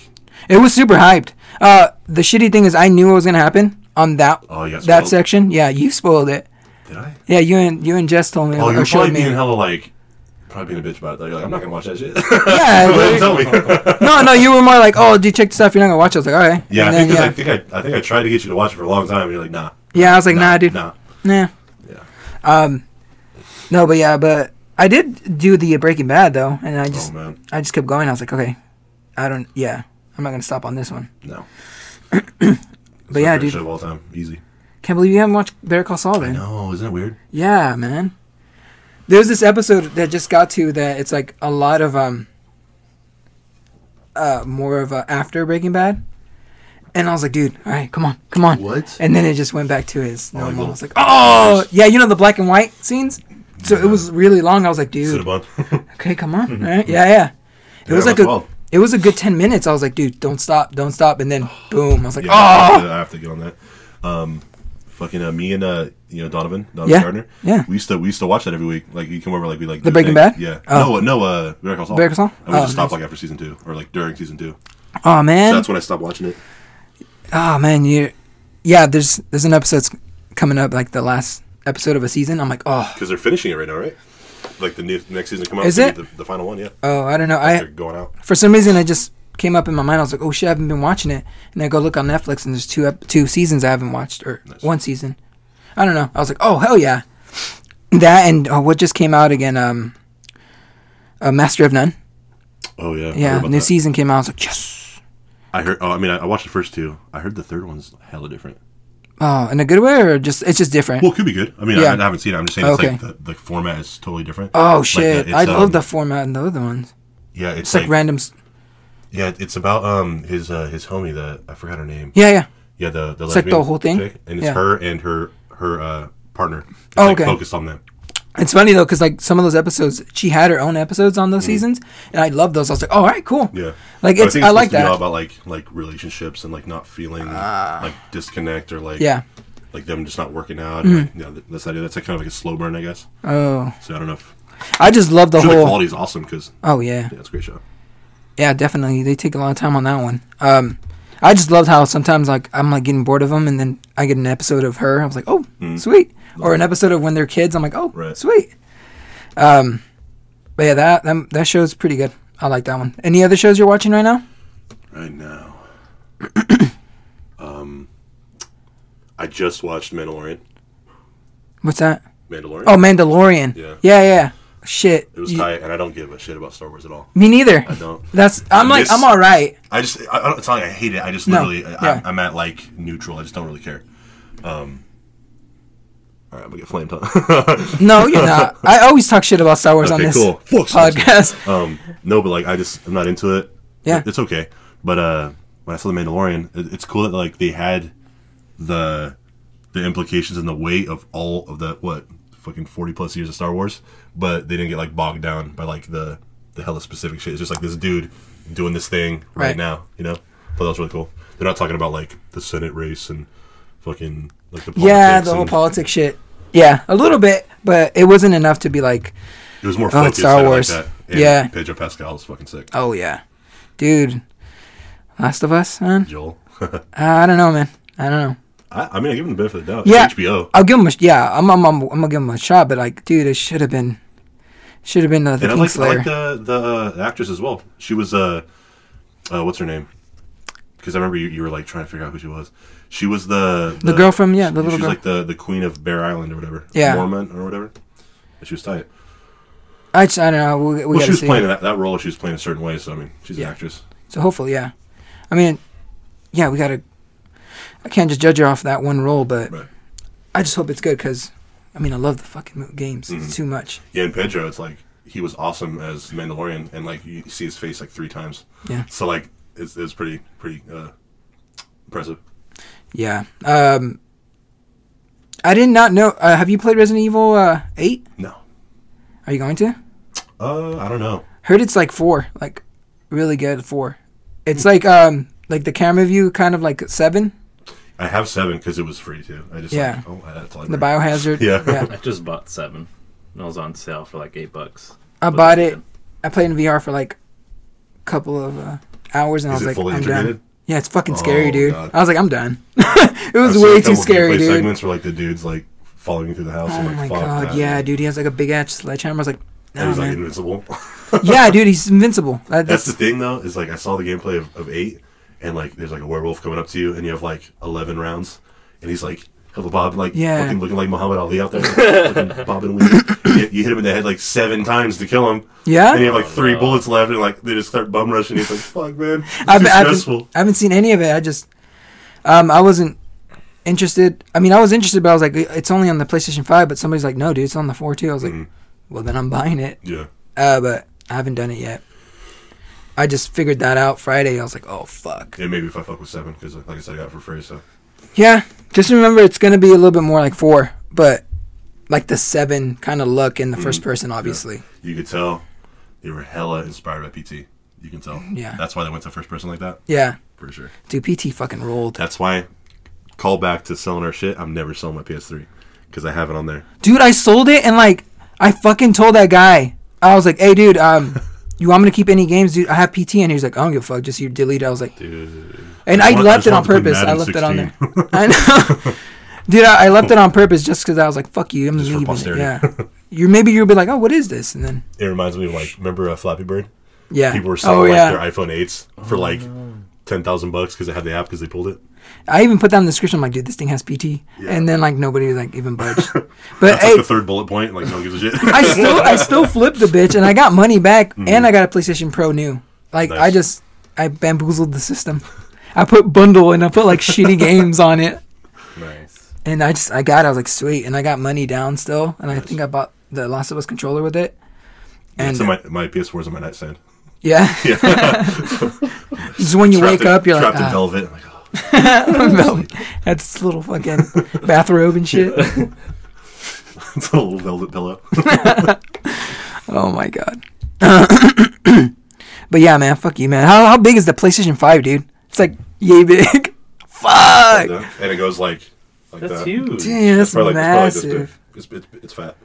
[SPEAKER 2] It was super hyped. Uh, the shitty thing is, I knew what was gonna happen on that
[SPEAKER 1] oh yeah,
[SPEAKER 2] that section. Yeah, you spoiled it.
[SPEAKER 1] Did I?
[SPEAKER 2] Yeah, you and you and Jess told me
[SPEAKER 1] Oh,
[SPEAKER 2] or
[SPEAKER 1] you're
[SPEAKER 2] showed
[SPEAKER 1] probably
[SPEAKER 2] me.
[SPEAKER 1] being hella like, probably being a bitch about it. Like, like I'm not gonna watch that shit.
[SPEAKER 2] Yeah,
[SPEAKER 1] Tell me.
[SPEAKER 2] no, no, you were more like, oh, dude, check this out. If you're not gonna watch, it. I was like, all right.
[SPEAKER 1] Yeah, I think,
[SPEAKER 2] And then,
[SPEAKER 1] 'cause
[SPEAKER 2] yeah.
[SPEAKER 1] I think I, I think I tried to get you to watch it for a long time, and you're like, nah,
[SPEAKER 2] yeah, I was like, nah, dude,
[SPEAKER 1] nah.
[SPEAKER 2] nah.
[SPEAKER 1] Yeah.
[SPEAKER 2] No, but yeah, but I did do the Breaking Bad though, and I
[SPEAKER 1] Oh
[SPEAKER 2] just
[SPEAKER 1] man,
[SPEAKER 2] I just kept going. I was like, okay, I don't, yeah, I'm not gonna stop on this one.
[SPEAKER 1] no.
[SPEAKER 2] But yeah,
[SPEAKER 1] Favorite
[SPEAKER 2] dude,
[SPEAKER 1] show of all time, easy.
[SPEAKER 2] can't believe you haven't watched Better Call Saul then.
[SPEAKER 1] No, isn't it weird?
[SPEAKER 2] Yeah, man. There's this episode that just got to that it's like a lot of um uh more of a after Breaking Bad. And I was like, dude, all right, come on, come on.
[SPEAKER 1] What?
[SPEAKER 2] And then it just went back to his normal. I oh,
[SPEAKER 1] little-
[SPEAKER 2] was like, oh, yeah, you know the black and white scenes? So it was really long. I was like, dude,
[SPEAKER 1] Cinnabon.
[SPEAKER 2] okay, come on. All right. Yeah, yeah. It
[SPEAKER 1] Yeah,
[SPEAKER 2] was like
[SPEAKER 1] that's
[SPEAKER 2] a
[SPEAKER 1] wild.
[SPEAKER 2] it was a good 10 minutes. I was like, dude, don't stop, don't stop. And then boom, I was like,
[SPEAKER 1] Yeah,
[SPEAKER 2] oh,
[SPEAKER 1] I, have to, I have to get on that. Um, fucking uh, me and uh, you know Donovan, Donovan
[SPEAKER 2] Yeah,
[SPEAKER 1] Gardner.
[SPEAKER 2] yeah.
[SPEAKER 1] We used to we used to watch that every week. Like he come over, like we like
[SPEAKER 2] The
[SPEAKER 1] do
[SPEAKER 2] Breaking
[SPEAKER 1] thing.
[SPEAKER 2] Bad?
[SPEAKER 1] Yeah. No,
[SPEAKER 2] Oh.
[SPEAKER 1] no. Uh, Better Call Saul.
[SPEAKER 2] Better Call Saul?
[SPEAKER 1] And we
[SPEAKER 2] Oh,
[SPEAKER 1] just stopped
[SPEAKER 2] nice.
[SPEAKER 1] like after season two or like during season two.
[SPEAKER 2] oh man.
[SPEAKER 1] So that's when I stopped watching it.
[SPEAKER 2] Oh man, you Yeah, there's there's an episode coming up like the last episode of a season. I'm like, "Oh,
[SPEAKER 1] Because they're finishing it right now, right? Like the new, next season to come out.
[SPEAKER 2] Is
[SPEAKER 1] they
[SPEAKER 2] it?
[SPEAKER 1] did The, the final one, yeah.
[SPEAKER 2] oh, I don't know.
[SPEAKER 1] they're
[SPEAKER 2] I
[SPEAKER 1] going out.
[SPEAKER 2] for some reason I just came up in my mind. I was like, "Oh shit, I haven't been watching it." And I go look on Netflix and there's two ep- two seasons I haven't watched or
[SPEAKER 1] Nice.
[SPEAKER 2] one season. I don't know. I was like, "Oh, hell yeah." That and oh, what just came out again um uh, Master of None.
[SPEAKER 1] Oh yeah. I heard
[SPEAKER 2] Yeah,
[SPEAKER 1] about
[SPEAKER 2] new
[SPEAKER 1] that.
[SPEAKER 2] season came out. I was like, "Yes."
[SPEAKER 1] I heard. Oh, I mean, I, I watched the first two. I heard the third one's hella different.
[SPEAKER 2] Oh, in a good way or just it's just different.
[SPEAKER 1] Well, it could be good. I mean, I-
[SPEAKER 2] Yeah.
[SPEAKER 1] I, haven't seen it. I'm just saying, it's like
[SPEAKER 2] Okay.
[SPEAKER 1] the, the format is totally different.
[SPEAKER 2] Oh
[SPEAKER 1] Like,
[SPEAKER 2] shit!
[SPEAKER 1] the-
[SPEAKER 2] I
[SPEAKER 1] it's,
[SPEAKER 2] love
[SPEAKER 1] um,
[SPEAKER 2] the format in the other ones.
[SPEAKER 1] Yeah, it's,
[SPEAKER 2] It's like,
[SPEAKER 1] like,
[SPEAKER 2] random. s-
[SPEAKER 1] yeah, it's about um his uh, his homie the I forgot her name.
[SPEAKER 2] Yeah, yeah.
[SPEAKER 1] Yeah, the the,
[SPEAKER 2] It's like the
[SPEAKER 1] lesbian
[SPEAKER 2] whole thing?
[SPEAKER 1] chick, and it's
[SPEAKER 2] Yeah.
[SPEAKER 1] her and her her uh, partner. It's
[SPEAKER 2] Oh,
[SPEAKER 1] like
[SPEAKER 2] okay.
[SPEAKER 1] Focused on them.
[SPEAKER 2] It's funny though, because like some of those episodes, she had her own episodes on those seasons, and I love those. I was like, all right, cool.
[SPEAKER 1] Mm-hmm. Yeah.
[SPEAKER 2] Like
[SPEAKER 1] But
[SPEAKER 2] it's, I,
[SPEAKER 1] supposed
[SPEAKER 2] like
[SPEAKER 1] to be all
[SPEAKER 2] that. Ah.
[SPEAKER 1] about like like relationships and like not feeling like disconnect or like
[SPEAKER 2] Yeah. Mm-hmm.
[SPEAKER 1] like them just not working out. and, like, yeah, that's the idea. That's like kind of like a slow burn, I guess.
[SPEAKER 2] Oh,
[SPEAKER 1] So I don't know. if...
[SPEAKER 2] I just love the
[SPEAKER 1] Sure, the
[SPEAKER 2] whole.
[SPEAKER 1] quality is awesome because
[SPEAKER 2] oh yeah,
[SPEAKER 1] yeah, it's a great show.
[SPEAKER 2] yeah, definitely. They take a lot of time on that one. Um, I just loved how sometimes like I'm like getting bored of them, and then I get an episode of her. I was like, oh, sweet. Or an episode of when they're kids. I'm like, oh,
[SPEAKER 1] Mm-hmm. Right.
[SPEAKER 2] sweet. Um, but yeah, that that that show's pretty good. I like that one. Any other shows you're watching right now?
[SPEAKER 1] Right now, um, I just watched Mandalorian.
[SPEAKER 2] What's that?
[SPEAKER 1] Mandalorian.
[SPEAKER 2] Oh, Mandalorian.
[SPEAKER 1] Yeah.
[SPEAKER 2] yeah, yeah. Shit.
[SPEAKER 1] It was
[SPEAKER 2] You-
[SPEAKER 1] tight, and I don't give a shit about Star Wars at all.
[SPEAKER 2] Me neither.
[SPEAKER 1] I don't.
[SPEAKER 2] That's I'm like
[SPEAKER 1] This-
[SPEAKER 2] I'm all right.
[SPEAKER 1] I just, I, I don't, it's not like I hate it. I just
[SPEAKER 2] No,
[SPEAKER 1] literally, I,
[SPEAKER 2] yeah.
[SPEAKER 1] I, am at like neutral. I just don't really care. Um, all right, we get flamed, huh?
[SPEAKER 2] No, you're not. I always talk shit about Star Wars on
[SPEAKER 1] Okay,
[SPEAKER 2] this
[SPEAKER 1] cool. Fuck Star Wars.
[SPEAKER 2] podcast.
[SPEAKER 1] um, no, but like I just, I'm not into it.
[SPEAKER 2] Yeah.
[SPEAKER 1] it's okay. But uh, when I saw the Mandalorian, it, it's cool that like they had the the implications and the weight of all of the what fucking 40 plus years of Star Wars, but they didn't get like bogged down by like the the hella specific shit. It's just like this dude doing this thing right,
[SPEAKER 2] Right.
[SPEAKER 1] now, you know. But that's really cool. They're not talking about like the Senate race and fucking like the politics
[SPEAKER 2] yeah, the whole
[SPEAKER 1] and-
[SPEAKER 2] politics shit. Yeah, a little bit, but it wasn't enough to be like,
[SPEAKER 1] It was more
[SPEAKER 2] Oh,
[SPEAKER 1] focused.
[SPEAKER 2] it's Star
[SPEAKER 1] I like
[SPEAKER 2] Wars.
[SPEAKER 1] that.
[SPEAKER 2] Yeah.
[SPEAKER 1] Pedro Pascal is fucking sick.
[SPEAKER 2] oh yeah, dude, Last of Us, man.
[SPEAKER 1] Joel.
[SPEAKER 2] I don't know, man. I don't know.
[SPEAKER 1] I, I mean, I give him the benefit of the doubt.
[SPEAKER 2] Yeah. Uh,
[SPEAKER 1] It's HBO.
[SPEAKER 2] I'll give him a sh- yeah. I'm I'm, I'm I'm gonna give him a shot, but like, dude, it should have been, should have been uh, the
[SPEAKER 1] And I like, I
[SPEAKER 2] Kingslayer.
[SPEAKER 1] like the the uh, actress as well. She was uh, uh what's her name? Because I remember you, you were like trying to figure out who she was. She was the
[SPEAKER 2] The girl from- yeah, the little
[SPEAKER 1] she's
[SPEAKER 2] girl.
[SPEAKER 1] like the the queen of Bear Island or whatever.
[SPEAKER 2] Yeah.
[SPEAKER 1] Mormon or whatever. And she was tight.
[SPEAKER 2] I just I don't know. We, we
[SPEAKER 1] well,
[SPEAKER 2] gotta
[SPEAKER 1] she was
[SPEAKER 2] see.
[SPEAKER 1] playing that, that role. She was playing a certain way. So I mean, she's
[SPEAKER 2] Yeah.
[SPEAKER 1] an actress.
[SPEAKER 2] So hopefully, yeah. I mean, yeah, we gotta. I can't just judge her off that one role, but
[SPEAKER 1] Right.
[SPEAKER 2] I just hope it's good because, I mean, I love the fucking mo- games.
[SPEAKER 1] Mm-hmm.
[SPEAKER 2] It's too much.
[SPEAKER 1] Yeah, and Pedro, it's like he was awesome as Mandalorian, and like you see his face like three times.
[SPEAKER 2] Yeah.
[SPEAKER 1] So like it's it's pretty pretty uh impressive.
[SPEAKER 2] Yeah. Um. I did not know. Uh, have you played Resident Evil uh, Eight?
[SPEAKER 1] No.
[SPEAKER 2] Are you going to?
[SPEAKER 1] Uh, I don't know.
[SPEAKER 2] Heard it's like four, like really good four. It's like um like the camera view, kind of like seven,
[SPEAKER 1] I have seven because it was free too. I just
[SPEAKER 2] Yeah.
[SPEAKER 1] like, oh, that's all I
[SPEAKER 2] the
[SPEAKER 1] remember.
[SPEAKER 2] biohazard.
[SPEAKER 1] Yeah.
[SPEAKER 3] I just bought seven. It was on sale for like eight bucks.
[SPEAKER 2] I
[SPEAKER 3] Wasn't
[SPEAKER 2] bought it.
[SPEAKER 3] good.
[SPEAKER 2] I played in VR for like a couple of uh, hours, and
[SPEAKER 1] Is
[SPEAKER 2] I was
[SPEAKER 1] it
[SPEAKER 2] like,
[SPEAKER 1] fully
[SPEAKER 2] I'm done.
[SPEAKER 1] integrated?
[SPEAKER 2] Yeah, it's fucking scary,
[SPEAKER 1] Oh,
[SPEAKER 2] dude.
[SPEAKER 1] God.
[SPEAKER 2] I was like, I'm done. it was
[SPEAKER 1] I've seen a
[SPEAKER 2] way
[SPEAKER 1] couple
[SPEAKER 2] too scary,
[SPEAKER 1] gameplay
[SPEAKER 2] dude.
[SPEAKER 1] Segments where like the dudes like following you through the house.
[SPEAKER 2] Oh
[SPEAKER 1] and, like,
[SPEAKER 2] my
[SPEAKER 1] fuck
[SPEAKER 2] god,
[SPEAKER 1] that.
[SPEAKER 2] yeah, dude. He has like a big ass sledgehammer. I was like,
[SPEAKER 1] And
[SPEAKER 2] no,
[SPEAKER 1] he's like
[SPEAKER 2] man.
[SPEAKER 1] invincible.
[SPEAKER 2] yeah, dude, he's invincible.
[SPEAKER 1] That's
[SPEAKER 2] That, that's
[SPEAKER 1] the thing though. Is like I saw the gameplay of, of eight, and like there's like a werewolf coming up to you, and you have like eleven rounds, and he's like. Hella bob, like
[SPEAKER 2] Yeah.
[SPEAKER 1] fucking looking like Muhammad Ali out there, fucking bobbing weed. You, you hit him in the head like seven times to kill him.
[SPEAKER 2] yeah.
[SPEAKER 1] And you have like three
[SPEAKER 3] no.
[SPEAKER 1] bullets left, and like they just start bum rushing. He's like, "Fuck, man, it's
[SPEAKER 2] I've,
[SPEAKER 1] too
[SPEAKER 2] I've,
[SPEAKER 1] stressful."
[SPEAKER 2] I haven't seen any of it. I just, um, I wasn't interested. I mean, I was interested, but I was like, it's only on the PlayStation Five. But somebody's like, no, dude, it's on the four too. I was like,
[SPEAKER 1] Mm-hmm.
[SPEAKER 2] well, then I'm buying it.
[SPEAKER 1] Yeah,
[SPEAKER 2] Uh, but I haven't done it yet. I just figured that out Friday. I was like, oh fuck.
[SPEAKER 1] yeah. Maybe if I fuck with seven, because like I said, I got it for free. So
[SPEAKER 2] Yeah, just remember it's gonna be a little bit more like four, but like the seven kind of look in the
[SPEAKER 1] Mm-hmm.
[SPEAKER 2] first person, obviously.
[SPEAKER 1] You could tell they were hella inspired by PT. You can tell.
[SPEAKER 2] Yeah.
[SPEAKER 1] That's why they went to first person like that,
[SPEAKER 2] Yeah.
[SPEAKER 1] for sure.
[SPEAKER 2] Dude, PT fucking rolled.
[SPEAKER 1] That's why, call back to selling our shit. I'm never selling my PS3 because I have it on there.
[SPEAKER 2] Dude, I sold it and like I fucking told that guy. I was like, hey, dude, um, you want me to keep any games, dude? I have PT, and he was like, I don't give a fuck. Just you delete it. I was like,
[SPEAKER 3] Dude.
[SPEAKER 2] and
[SPEAKER 1] I
[SPEAKER 2] I
[SPEAKER 1] just
[SPEAKER 2] left it on
[SPEAKER 1] want to put
[SPEAKER 2] purpose. I
[SPEAKER 1] Madden
[SPEAKER 2] left it on there.
[SPEAKER 1] 16.
[SPEAKER 2] I know, dude. I, I left it on purpose just because I was like, fuck you, I'm
[SPEAKER 1] Just for
[SPEAKER 2] leaving.
[SPEAKER 1] posterity.
[SPEAKER 2] Yeah, you maybe you'll be like, oh, what is this? And then
[SPEAKER 1] It reminds me of like, remember uh, Flappy Bird?
[SPEAKER 2] yeah,
[SPEAKER 1] People were selling
[SPEAKER 2] oh
[SPEAKER 1] like
[SPEAKER 2] yeah.
[SPEAKER 1] their iPhone 8s
[SPEAKER 3] Oh,
[SPEAKER 1] for like 10,000 bucks because they had the app because they pulled it.
[SPEAKER 2] I even put that in the description. I'm like, dude, this thing has PT, and then like nobody like even budged. But
[SPEAKER 1] That's like
[SPEAKER 2] hey,
[SPEAKER 1] the third bullet point. Like, no one gives a shit.
[SPEAKER 2] I still I still flipped the bitch and I got money back and I got a PlayStation Pro new. Like I
[SPEAKER 1] Mm-hmm. Nice.
[SPEAKER 2] just I bamboozled the system. I put bundle and I put like shitty games on it
[SPEAKER 3] Nice.
[SPEAKER 2] and I just I got it, I was like sweet and I got money down still and I think I bought the Last of Us controller with it. And uh,
[SPEAKER 1] so my, my PS4 is on my nightstand.
[SPEAKER 2] yeah, just when you
[SPEAKER 1] Trapped
[SPEAKER 2] wake
[SPEAKER 1] in-
[SPEAKER 2] up you're like
[SPEAKER 1] trapped in
[SPEAKER 2] ah,
[SPEAKER 1] velvet. I'm like, oh,
[SPEAKER 2] that's this little fucking bathrobe and shit.
[SPEAKER 1] it's a little velvet pillow.
[SPEAKER 2] Oh my god. but yeah, man, fuck you, man. How how big is the PlayStation Five, dude? It's like yay big. Fuck.
[SPEAKER 1] and it goes like, like
[SPEAKER 3] That's
[SPEAKER 1] that.
[SPEAKER 3] huge.
[SPEAKER 2] Damn, that's
[SPEAKER 1] Probably like- it's probably this
[SPEAKER 2] massive.
[SPEAKER 1] big. It's, it's, it's fat.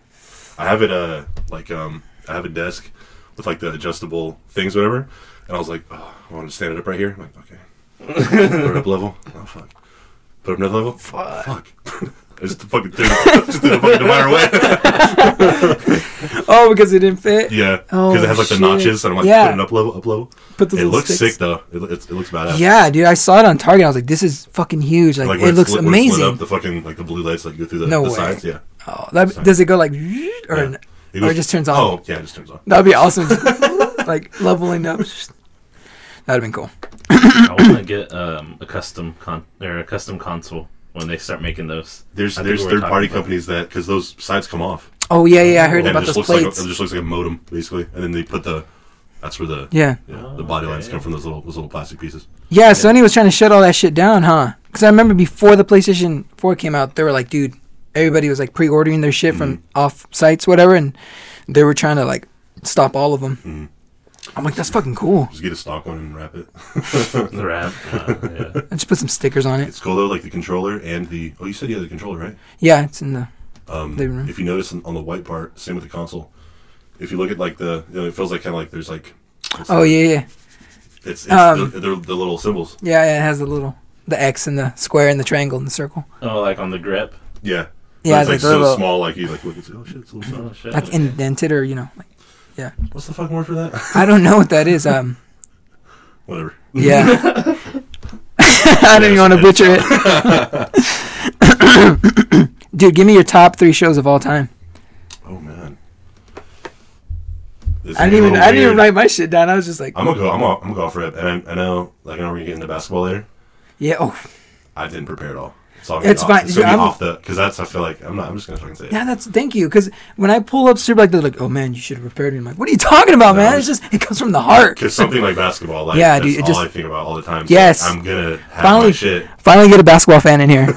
[SPEAKER 1] I have it uh like um I have a desk with like the adjustable things whatever, and I was like, oh, I want to stand it up right here. I'm like, okay, put it up level. Oh fuck, put up another level. Fuck. I just fucking threw it- just threw the fucking divider away.
[SPEAKER 2] Oh, because it didn't fit.
[SPEAKER 1] yeah, because
[SPEAKER 2] Oh,
[SPEAKER 1] it has like the
[SPEAKER 2] shit.
[SPEAKER 1] notches, and I'm like,
[SPEAKER 2] Yeah.
[SPEAKER 1] put it up level, up level.
[SPEAKER 2] Put those
[SPEAKER 1] It
[SPEAKER 2] little
[SPEAKER 1] looks
[SPEAKER 2] sticks.
[SPEAKER 1] sick though. It, lo- it's, it looks badass.
[SPEAKER 2] Yeah, dude, I saw it on Target. I was like, this is fucking huge. Like,
[SPEAKER 1] when
[SPEAKER 2] it
[SPEAKER 1] it's
[SPEAKER 2] looks
[SPEAKER 1] lit- when it's lit
[SPEAKER 2] amazing.
[SPEAKER 1] up, the fucking like the blue lights like go through the,
[SPEAKER 2] No
[SPEAKER 1] the
[SPEAKER 2] way.
[SPEAKER 1] sides. Yeah.
[SPEAKER 2] oh, that, does it go like, or
[SPEAKER 1] yeah.
[SPEAKER 2] or it just turns on?
[SPEAKER 1] Oh yeah, it just turns on.
[SPEAKER 2] that'd be awesome. like leveling up. That'd have been cool.
[SPEAKER 3] I want to get um, a custom con or a custom console when they start making those.
[SPEAKER 1] There's
[SPEAKER 3] I think
[SPEAKER 1] there's
[SPEAKER 3] we were
[SPEAKER 1] third party
[SPEAKER 3] talking about
[SPEAKER 1] companies that because those sides come off.
[SPEAKER 2] Oh yeah, yeah, I heard
[SPEAKER 1] And it
[SPEAKER 2] about
[SPEAKER 1] just looks
[SPEAKER 2] those plates.
[SPEAKER 1] like a, it just looks like a modem basically, and then they put the that's where the
[SPEAKER 2] yeah,
[SPEAKER 1] yeah, the body lines
[SPEAKER 3] Okay.
[SPEAKER 1] come from those little those little plastic pieces.
[SPEAKER 2] yeah. Sony was trying to shut all that shit down, huh? Because I remember before the PlayStation 4 came out, they were like, dude, everybody was like pre-ordering their shit from
[SPEAKER 1] Mm-hmm.
[SPEAKER 2] off sites, whatever, and they were trying to like stop all of them.
[SPEAKER 1] Mm-hmm.
[SPEAKER 2] I'm like, that's fucking cool.
[SPEAKER 1] Just get a stock one and wrap it.
[SPEAKER 3] The wrap. Uh, yeah.
[SPEAKER 2] I just put some stickers on it.
[SPEAKER 1] It's cool though, like the controller and the oh you said you had the controller right?
[SPEAKER 2] Yeah, it's in the
[SPEAKER 1] Um,
[SPEAKER 2] Living room.
[SPEAKER 1] if you notice on on the white part, same with the console. If you look at like the, you know, it feels like kind of like there's like it's,
[SPEAKER 2] Oh yeah, yeah,
[SPEAKER 1] it's, it's
[SPEAKER 2] Um,
[SPEAKER 1] the, they're the little symbols.
[SPEAKER 2] yeah. yeah it has the little the X and the square and the triangle and the circle.
[SPEAKER 3] Oh, like on the grip.
[SPEAKER 1] Yeah,
[SPEAKER 2] Yeah,
[SPEAKER 1] it's like,
[SPEAKER 2] like the
[SPEAKER 1] so
[SPEAKER 2] little-
[SPEAKER 1] small, like you like look it's oh shit, it's a little small.
[SPEAKER 3] Oh shit.
[SPEAKER 2] Like indented or you know, like,
[SPEAKER 1] What's the fucking word for that?
[SPEAKER 2] I don't know what that is. Um,
[SPEAKER 1] Whatever.
[SPEAKER 2] yeah. I don't even want to butcher it. Dude, give me your top three shows of all time.
[SPEAKER 1] Oh man. This is
[SPEAKER 2] I didn't even
[SPEAKER 1] so
[SPEAKER 2] I didn't even
[SPEAKER 1] weird. Uh.
[SPEAKER 2] write my shit down. I was just like,
[SPEAKER 1] I'm gonna go. I'm gonna, I'm gonna go off rip, and I, I know, like, I know we're getting into basketball later.
[SPEAKER 2] yeah, oh,
[SPEAKER 1] I didn't prepare at all. It's, all gonna be
[SPEAKER 2] It's
[SPEAKER 1] off-
[SPEAKER 2] fine.
[SPEAKER 1] It's gonna be
[SPEAKER 2] I'm-
[SPEAKER 1] off the because that's. I feel like I'm not. I'm just gonna fucking say it.
[SPEAKER 2] yeah. That's thank you. Because when I pull up Super, like they're like, oh man, you should have prepared me. I'm like, what are you talking about,
[SPEAKER 1] No,
[SPEAKER 2] man?
[SPEAKER 1] I'm
[SPEAKER 2] It's just it comes from the heart.
[SPEAKER 1] Because something like basketball, like,
[SPEAKER 2] Yeah,
[SPEAKER 1] that's
[SPEAKER 2] dude, it
[SPEAKER 1] all
[SPEAKER 2] just-
[SPEAKER 1] I think about all the time.
[SPEAKER 2] Yes.
[SPEAKER 1] I'm gonna have
[SPEAKER 2] Finally-
[SPEAKER 1] my shit.
[SPEAKER 2] Finally, get a basketball fan in here.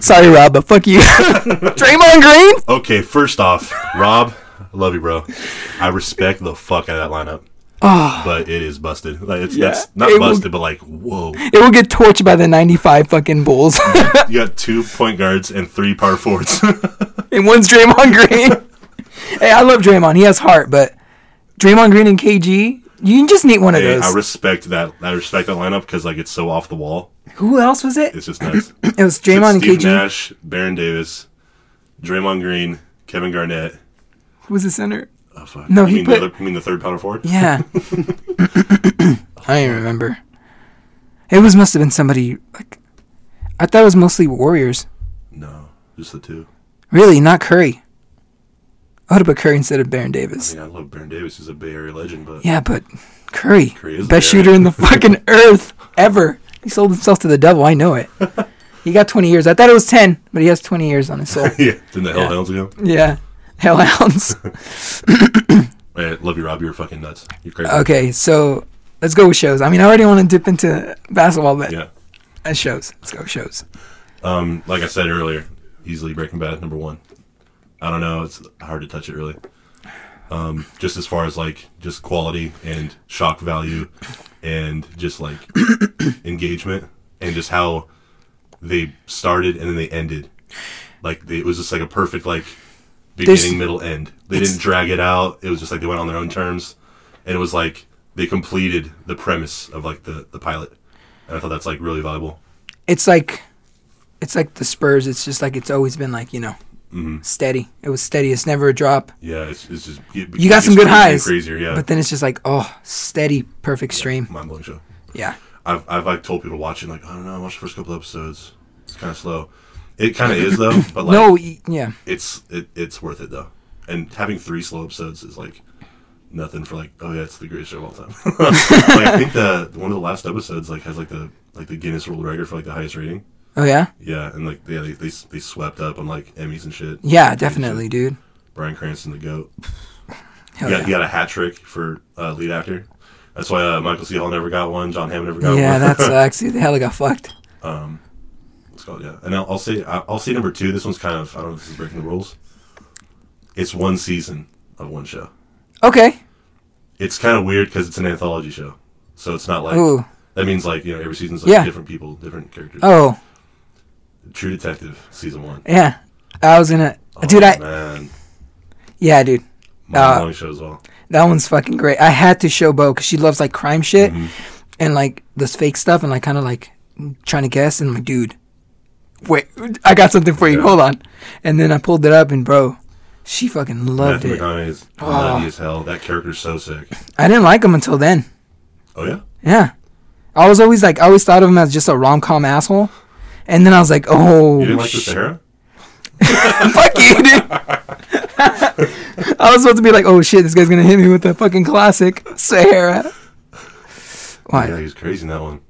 [SPEAKER 2] Sorry, Rob, but fuck you, Draymond Green.
[SPEAKER 1] Okay, first off, Rob, I love you, bro. I respect the fuck out of that lineup. But it is busted. Like it's that's not
[SPEAKER 2] Ah. it will-
[SPEAKER 1] busted, but like whoa.
[SPEAKER 2] It will get torched by the 95 fucking Bulls.
[SPEAKER 1] You got two point guards and three power forwards.
[SPEAKER 2] and one's Draymond Green. hey, I love Draymond. He has heart, but Draymond Green and KG, you just need one of
[SPEAKER 1] Hey,
[SPEAKER 2] those.
[SPEAKER 1] I respect that. I respect that lineup because like it's so off the wall.
[SPEAKER 2] Who else was it?
[SPEAKER 1] It's just nuts.
[SPEAKER 2] It was
[SPEAKER 1] It's
[SPEAKER 2] Draymond and
[SPEAKER 1] Steve
[SPEAKER 2] KG.
[SPEAKER 1] Nash, Baron Davis, Draymond Green, Kevin Garnett.
[SPEAKER 2] Who was the center?
[SPEAKER 1] Oh, fuck.
[SPEAKER 2] No,
[SPEAKER 1] you
[SPEAKER 2] he
[SPEAKER 1] mean
[SPEAKER 2] put-
[SPEAKER 1] the other, you mean the third power forward?
[SPEAKER 2] Yeah. I don't even remember. It was must have been somebody like I thought it was mostly Warriors.
[SPEAKER 1] No, just the two.
[SPEAKER 2] Really, not Curry. I would have put Curry instead of Baron
[SPEAKER 1] I
[SPEAKER 2] Davis.
[SPEAKER 1] mean, I love Baron Davis. He's a Bay Area legend, but
[SPEAKER 2] Yeah, but Curry,
[SPEAKER 1] Curry is the
[SPEAKER 2] best shooter in the fucking earth ever. He sold himself to the devil. I know it. He got 20 years. I thought it was 10, but he has 20 years on his soul.
[SPEAKER 1] yeah, didn't the Hellhounds go?
[SPEAKER 2] yeah, hellhounds.
[SPEAKER 1] Hey, love you, Rob. You're fucking nuts. You're crazy.
[SPEAKER 2] Okay, so let's go with shows. I mean, I already want to dip into basketball, but
[SPEAKER 1] Yeah.
[SPEAKER 2] uh, shows. Let's go with shows.
[SPEAKER 1] Um, like I said earlier, easily Breaking Bad number one. I don't know. It's hard to touch it really. Um, just as far as like just quality and shock value, and just like engagement, and just how they started and then they ended. Like they, it was just like a perfect like beginning,
[SPEAKER 2] There's-
[SPEAKER 1] middle, end. They
[SPEAKER 2] it's-
[SPEAKER 1] didn't drag it out. It was just like they went on their own terms, and it was like they completed the premise of like the the pilot. And I thought that's like really valuable.
[SPEAKER 2] It's like, it's like the Spurs. It's just like it's always been like you know,
[SPEAKER 1] Mm-hmm.
[SPEAKER 2] steady. It was steady. It's never a drop.
[SPEAKER 1] Yeah, it's, it's just it
[SPEAKER 2] You got
[SPEAKER 1] gets
[SPEAKER 2] some
[SPEAKER 1] crazier
[SPEAKER 2] good
[SPEAKER 1] and
[SPEAKER 2] highs,
[SPEAKER 1] Crazier, yeah.
[SPEAKER 2] But then it's just like oh, steady, perfect stream.
[SPEAKER 1] Mind blowing show.
[SPEAKER 2] Yeah.
[SPEAKER 1] I've, I've like told people to watch it, like, I don't know, I watched the first couple episodes. It's kind of slow. It kind of is, though, but like,
[SPEAKER 2] No. y- Yeah.
[SPEAKER 1] it's it, it's worth it, though. And having three slow episodes is like nothing for like, oh, yeah, it's the greatest show of all time. like, I think the one of the last episodes like has like the like the Guinness World Record for like the highest rating.
[SPEAKER 2] Oh yeah.
[SPEAKER 1] Yeah, and like, yeah, they, they, they swept up on like Emmys and shit.
[SPEAKER 2] Yeah. Definitely, dude.
[SPEAKER 1] Brian Cranston, the GOAT.
[SPEAKER 2] Hell
[SPEAKER 1] he, got,
[SPEAKER 2] yeah.
[SPEAKER 1] he got a hat trick for uh, lead actor. That's why uh, Michael C. Hall never got one. John Hammond never got
[SPEAKER 2] Yeah,
[SPEAKER 1] one.
[SPEAKER 2] that sucks. Dude, the hell I got fucked.
[SPEAKER 1] It's called yeah. And I'll, I'll say I- I'll say number two. This one's kind of I don't know if this is breaking the rules. It's one season of one show.
[SPEAKER 2] Okay.
[SPEAKER 1] It's kind of weird because it's an anthology show, so it's not like
[SPEAKER 2] Ooh.
[SPEAKER 1] that means like you know every season's like
[SPEAKER 2] Yeah.
[SPEAKER 1] different people, different characters.
[SPEAKER 2] Oh
[SPEAKER 1] True Detective season one.
[SPEAKER 2] yeah. I was gonna. Uh, dude, I.
[SPEAKER 1] Oh, man,
[SPEAKER 2] Yeah, dude.
[SPEAKER 1] mind blowing show as well.
[SPEAKER 2] That one's fucking great. I had to show Bo because she loves like crime shit
[SPEAKER 1] Mm-hmm.
[SPEAKER 2] and like this fake stuff and like kind of like trying to guess. And I'm like, dude, wait, I got something for you.
[SPEAKER 1] Yeah.
[SPEAKER 2] Hold on. And then I pulled it up and bro, she fucking loved
[SPEAKER 1] Matthew
[SPEAKER 2] it. Oh.
[SPEAKER 1] McConaughey's nutty as hell. That character's so sick.
[SPEAKER 2] I didn't like him until then.
[SPEAKER 1] Oh yeah,
[SPEAKER 2] Yeah. I was always like, I always thought of him as just a rom com asshole. And then I was like, oh,
[SPEAKER 1] you didn't like the
[SPEAKER 2] shit.
[SPEAKER 1] Sahara?
[SPEAKER 2] fuck you, dude. I was supposed to be like, oh shit, this guy's gonna hit me with the fucking classic Sahara. Why?
[SPEAKER 1] Yeah, he was crazy in that one.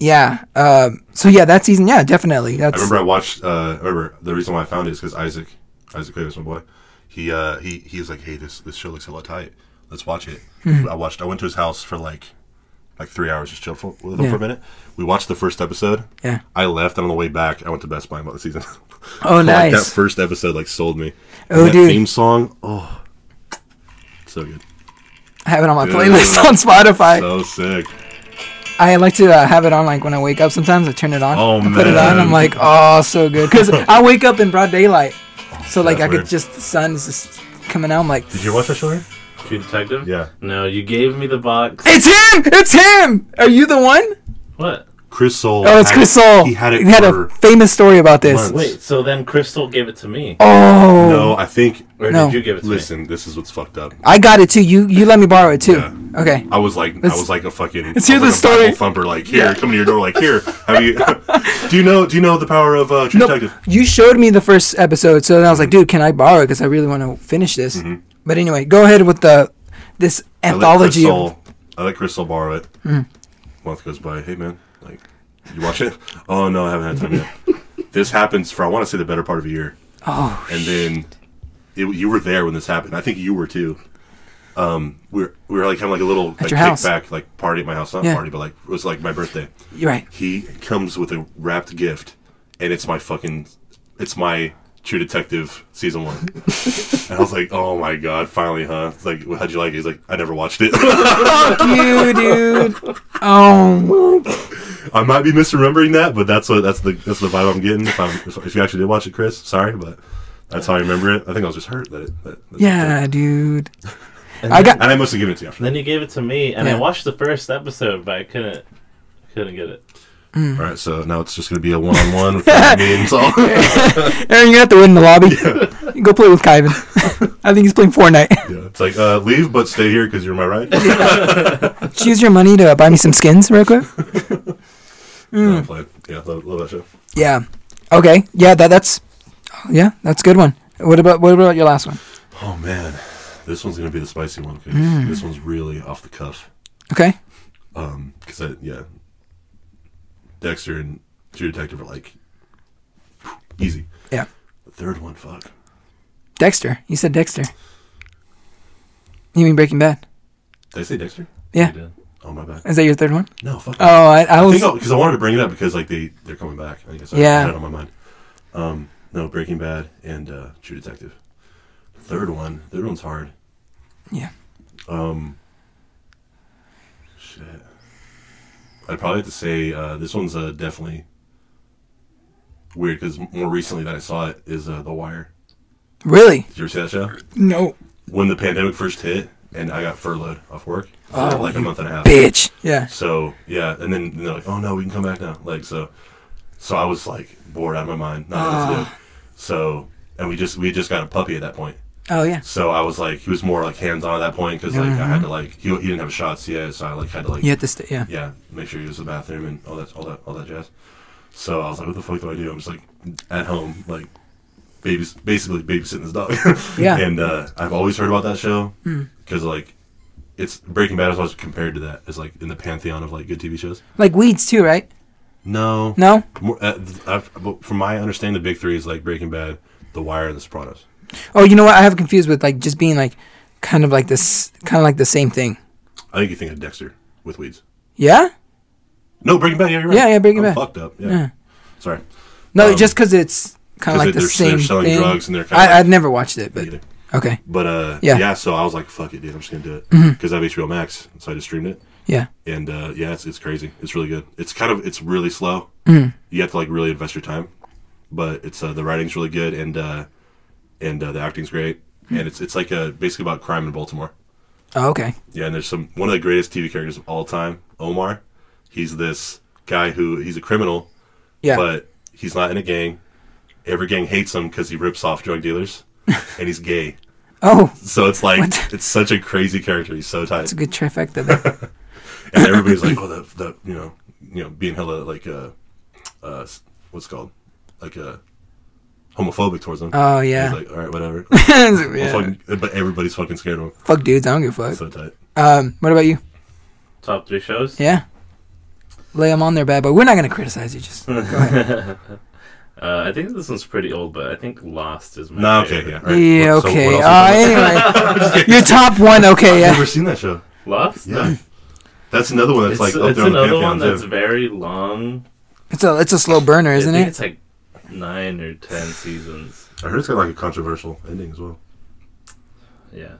[SPEAKER 2] Yeah. Um, so yeah, that season. Yeah, definitely.
[SPEAKER 1] I
[SPEAKER 2] That's
[SPEAKER 1] remember I watched. Uh, I remember the reason why I found it is because Isaac, Isaac Cuevas, my boy, he uh, he he was like, "Hey, this this show looks a lot tight. Let's watch it."
[SPEAKER 2] Hmm.
[SPEAKER 1] I watched. I went to his house for like like three hours, just chill for, with him for
[SPEAKER 2] Yeah.
[SPEAKER 1] a minute. We watched the first episode.
[SPEAKER 2] yeah.
[SPEAKER 1] I left, and on the way back, I went to Best Buy and bought the season.
[SPEAKER 2] Oh,
[SPEAKER 1] like that
[SPEAKER 2] nice.
[SPEAKER 1] first episode like sold me. And
[SPEAKER 2] Oh,
[SPEAKER 1] that
[SPEAKER 2] dude.
[SPEAKER 1] Theme song. Oh, so good.
[SPEAKER 2] I have it on my
[SPEAKER 1] Dude.
[SPEAKER 2] playlist on Spotify.
[SPEAKER 1] So sick.
[SPEAKER 2] I like to uh, have it on like when I wake up. Sometimes I turn it on.
[SPEAKER 1] Oh,
[SPEAKER 2] I Put it on.
[SPEAKER 1] man.
[SPEAKER 2] I'm like, oh, so good. Because I wake up in broad daylight, so like
[SPEAKER 1] that's
[SPEAKER 2] I could
[SPEAKER 1] weird.
[SPEAKER 2] just the sun is just coming out. I'm like,
[SPEAKER 1] Oh, Did you watch that show? Larry?
[SPEAKER 3] True Detective?
[SPEAKER 1] Yeah.
[SPEAKER 3] No, you gave me the box.
[SPEAKER 2] it's him! It's him! Are you the one?
[SPEAKER 3] What?
[SPEAKER 1] Chris Soul.
[SPEAKER 2] Oh, it's
[SPEAKER 1] had
[SPEAKER 2] Chris
[SPEAKER 1] it-
[SPEAKER 2] Soul.
[SPEAKER 1] He had it.
[SPEAKER 2] He had
[SPEAKER 1] for-
[SPEAKER 2] a famous story about this.
[SPEAKER 1] Months.
[SPEAKER 3] Wait, so then Crystal gave it to me.
[SPEAKER 2] Oh,
[SPEAKER 1] no, I think.
[SPEAKER 3] Or
[SPEAKER 2] No.
[SPEAKER 3] did you give it to me?
[SPEAKER 1] Listen, this is what's fucked up.
[SPEAKER 2] I got it too. You you let me borrow it too.
[SPEAKER 1] Yeah.
[SPEAKER 2] Okay.
[SPEAKER 1] I was like,
[SPEAKER 2] Let's-
[SPEAKER 1] I was like a fucking.
[SPEAKER 2] let's hear
[SPEAKER 1] I was
[SPEAKER 2] the
[SPEAKER 1] like a
[SPEAKER 2] story.
[SPEAKER 1] Bible Thumper, like here, come to your door, like here. Have you? do you know? Do you know the power of uh, True
[SPEAKER 2] No,
[SPEAKER 1] Detective?
[SPEAKER 2] you showed me the first episode, so then I was like, dude, can I borrow it? Because I really want to finish this. But anyway, go ahead with the this
[SPEAKER 1] Mm-hmm. I let Chris
[SPEAKER 2] anthology. Of,
[SPEAKER 1] Soul. I let Crystal borrow it.
[SPEAKER 2] Mm.
[SPEAKER 1] Month goes by. Hey man, like you watch it? Oh no, I haven't had time yet. this happens for I want to say the better part of a year,
[SPEAKER 2] oh,
[SPEAKER 1] and then it, you were there when this happened. I think you were too. Um, we were, we were like having like a little like
[SPEAKER 2] your house.
[SPEAKER 1] kickback like party at my house, not
[SPEAKER 2] Yeah.
[SPEAKER 1] party, but like it was like my birthday.
[SPEAKER 2] you're right.
[SPEAKER 1] he comes with a wrapped gift, and it's my fucking, it's my True Detective season one. and I was like, oh my god, finally, huh? It's like, how'd you like it? He's like, I never watched it.
[SPEAKER 2] Fuck you, dude. Oh,
[SPEAKER 1] I might be misremembering that, but that's what that's the that's the vibe I'm getting. If, I'm, if, if you actually did watch it, Chris, sorry, but that's how I remember it. I think I was just hurt that it. That, that-
[SPEAKER 2] yeah, dude. I got
[SPEAKER 1] and I must have given it to you. After.
[SPEAKER 3] Then you gave it to me, and
[SPEAKER 2] Yeah.
[SPEAKER 3] I watched the first episode, but I couldn't, couldn't get it.
[SPEAKER 1] All right, so now it's just gonna be a one on one with me and Saul.
[SPEAKER 2] Aaron. You have to win in the lobby. You Go play with Kyvan. I think he's playing Fortnite.
[SPEAKER 1] Yeah, it's like uh, leave, but stay here because you're my ride.
[SPEAKER 2] Choose your money to buy me some skins, real quick.
[SPEAKER 1] No, I played. Yeah, love, love that show.
[SPEAKER 2] Yeah. Okay. Yeah. That that's. Yeah, that's a good one. What about what about your last one?
[SPEAKER 1] Oh man, this one's gonna be the spicy one 'cause
[SPEAKER 2] Mm.
[SPEAKER 1] this one's really off the cuff.
[SPEAKER 2] Okay.
[SPEAKER 1] Um, because I yeah, Dexter and True Detective are like easy.
[SPEAKER 2] Yeah.
[SPEAKER 1] The third one, fuck.
[SPEAKER 2] Dexter. You said Dexter. You mean Breaking Bad?
[SPEAKER 1] Did I say Dexter?
[SPEAKER 2] Yeah.
[SPEAKER 3] You did.
[SPEAKER 1] Oh my bad.
[SPEAKER 2] Is that your third one?
[SPEAKER 1] No, fuck. that.
[SPEAKER 2] Oh, I, I
[SPEAKER 1] I
[SPEAKER 2] was.
[SPEAKER 1] think because I wanted to bring it up because like they they're coming back. I guess I
[SPEAKER 2] Yeah.
[SPEAKER 1] had it on my mind. Um, No, Breaking Bad and uh, True Detective. Third one. Third one's hard.
[SPEAKER 2] Yeah.
[SPEAKER 1] Um. Shit. I'd probably have to say uh, this one's uh, definitely weird because more recently that I saw it is uh, The Wire.
[SPEAKER 2] Really?
[SPEAKER 1] Did you ever see that show?
[SPEAKER 2] No.
[SPEAKER 1] When the pandemic first hit and I got furloughed off work
[SPEAKER 2] Oh,
[SPEAKER 1] for like a
[SPEAKER 2] you
[SPEAKER 1] month and a half.
[SPEAKER 2] Bitch. Yeah.
[SPEAKER 1] So yeah, and then they're like, "Oh no, we can come back now." Like so, so I was like bored out of my mind, not know what to
[SPEAKER 2] Ah.
[SPEAKER 1] do. So and we just we had just got a puppy at that point.
[SPEAKER 2] Oh yeah.
[SPEAKER 1] So I was like, he was more like hands on at that point because like I
[SPEAKER 2] Mm-hmm.
[SPEAKER 1] had to like he, he didn't have shots yet, so I like had to like
[SPEAKER 2] You have to stay. Yeah.
[SPEAKER 1] yeah, make sure you use the bathroom and all that, all that, all that jazz. So I was like, what the fuck do I do? I'm just like at home, like babies, basically babysitting this dog.
[SPEAKER 2] Yeah. Hmm.
[SPEAKER 1] And uh, I've always heard about that show because like it's Breaking Bad is always compared to that. It's like in the pantheon of like good TV shows.
[SPEAKER 2] Like weeds too, right?
[SPEAKER 1] No,
[SPEAKER 2] No.
[SPEAKER 1] More, uh, th- I've, but from my understanding, the big three is like Breaking Bad, The Wire, and The Sopranos.
[SPEAKER 2] Oh, you know what? I have confused with like just being like kind of like this, kind of like the same thing.
[SPEAKER 1] I think you think of Dexter with weeds.
[SPEAKER 2] Yeah.
[SPEAKER 1] No, Breaking Bad. Yeah, you're right.
[SPEAKER 2] Yeah, yeah, Breaking
[SPEAKER 1] I'm
[SPEAKER 2] Bad.
[SPEAKER 1] Fucked up. Yeah.
[SPEAKER 2] Yeah.
[SPEAKER 1] Sorry.
[SPEAKER 2] No,
[SPEAKER 1] Um,
[SPEAKER 2] just because it's
[SPEAKER 1] 'cause
[SPEAKER 2] kind of like
[SPEAKER 1] they-
[SPEAKER 2] the
[SPEAKER 1] they're-
[SPEAKER 2] same
[SPEAKER 1] they're selling
[SPEAKER 2] thing.
[SPEAKER 1] drugs and they're kinda
[SPEAKER 2] I,
[SPEAKER 1] like-
[SPEAKER 2] I've never watched it, but
[SPEAKER 1] Either.
[SPEAKER 2] okay.
[SPEAKER 1] But uh,
[SPEAKER 2] Yeah. Mm-hmm.
[SPEAKER 1] yeah. so I was like, "Fuck it, dude! I'm just gonna do it because I have HBO Max." So I just streamed it,
[SPEAKER 2] Yeah.
[SPEAKER 1] and uh, yeah, it's, it's crazy. It's really good. It's kind of it's really slow.
[SPEAKER 2] Mm-hmm.
[SPEAKER 1] You have to like really invest your time, but it's uh, the writing's really good and uh, and uh, the acting's great,
[SPEAKER 2] Mm-hmm.
[SPEAKER 1] and it's it's like uh basically about crime in Baltimore.
[SPEAKER 2] Oh, okay.
[SPEAKER 1] Yeah, and there's some one of the greatest TV characters of all time, Omar. He's this guy who he's a criminal,
[SPEAKER 2] Yeah.
[SPEAKER 1] but he's not in a gang. Every gang hates him because he rips off drug dealers, and he's gay.
[SPEAKER 2] oh,
[SPEAKER 1] So it's like
[SPEAKER 2] What?
[SPEAKER 1] it's such a crazy character. He's so tight,
[SPEAKER 2] it's a good trifecta. There.
[SPEAKER 1] and everybody's like, "Oh, the, the you know, you know, being hella like uh, uh, s- what's it called like uh, homophobic towards them."
[SPEAKER 2] Oh, yeah.
[SPEAKER 1] He's like, "All right, whatever."
[SPEAKER 2] yeah.
[SPEAKER 1] Fucking- but everybody's fucking scared of him.
[SPEAKER 2] Fuck dudes. I don't give a fuck.
[SPEAKER 1] So tight.
[SPEAKER 2] Um, what about you?
[SPEAKER 3] Top three shows.
[SPEAKER 2] Yeah. Lay them on there, bad boy. We're not gonna criticize you. Just go ahead.
[SPEAKER 3] Uh, I think this one's pretty old, but I think Lost is my
[SPEAKER 1] No, okay,
[SPEAKER 3] favorite.
[SPEAKER 1] yeah. all right.
[SPEAKER 2] Yeah.
[SPEAKER 1] What- so
[SPEAKER 2] okay.
[SPEAKER 1] what else
[SPEAKER 2] uh,
[SPEAKER 1] is on
[SPEAKER 2] anyway, your top one. Okay.
[SPEAKER 1] there? I've
[SPEAKER 2] Yeah.
[SPEAKER 1] never seen that show.
[SPEAKER 3] Lost?
[SPEAKER 1] Yeah, that's another one that's
[SPEAKER 3] It's,
[SPEAKER 1] like up
[SPEAKER 3] it's
[SPEAKER 1] there on the
[SPEAKER 3] another
[SPEAKER 1] pantheon
[SPEAKER 3] one that's
[SPEAKER 1] too.
[SPEAKER 3] very long.
[SPEAKER 2] It's a it's a slow burner, isn't
[SPEAKER 3] I think
[SPEAKER 2] it?
[SPEAKER 3] It's like nine or ten seasons.
[SPEAKER 1] I heard it's got like a controversial ending as well.
[SPEAKER 3] Yeah.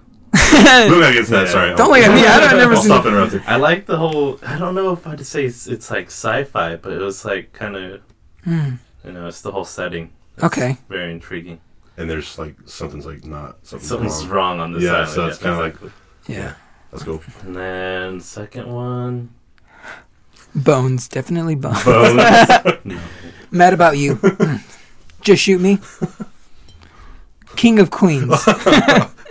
[SPEAKER 1] Moving against that,
[SPEAKER 3] Yeah.
[SPEAKER 1] sorry.
[SPEAKER 2] Don't look at me, I don't- I've never
[SPEAKER 1] I'll
[SPEAKER 2] seen
[SPEAKER 1] stop interrupting.
[SPEAKER 3] I like the whole. I don't know if I'd say it's, it's like sci-fi, but it was like kind of.
[SPEAKER 2] Hmm.
[SPEAKER 3] You know, it's the whole setting.
[SPEAKER 2] Okay.
[SPEAKER 3] Very intriguing.
[SPEAKER 1] And there's like something's like not something's,
[SPEAKER 3] Something's
[SPEAKER 1] wrong.
[SPEAKER 3] wrong on this
[SPEAKER 1] Yeah,
[SPEAKER 3] island.
[SPEAKER 1] so it's kinda like-
[SPEAKER 3] exactly.
[SPEAKER 2] Yeah.
[SPEAKER 1] That's cool.
[SPEAKER 3] And then second one.
[SPEAKER 2] Bones, definitely bones.
[SPEAKER 3] Bones.
[SPEAKER 2] Mad about you. Just shoot me. King of Queens.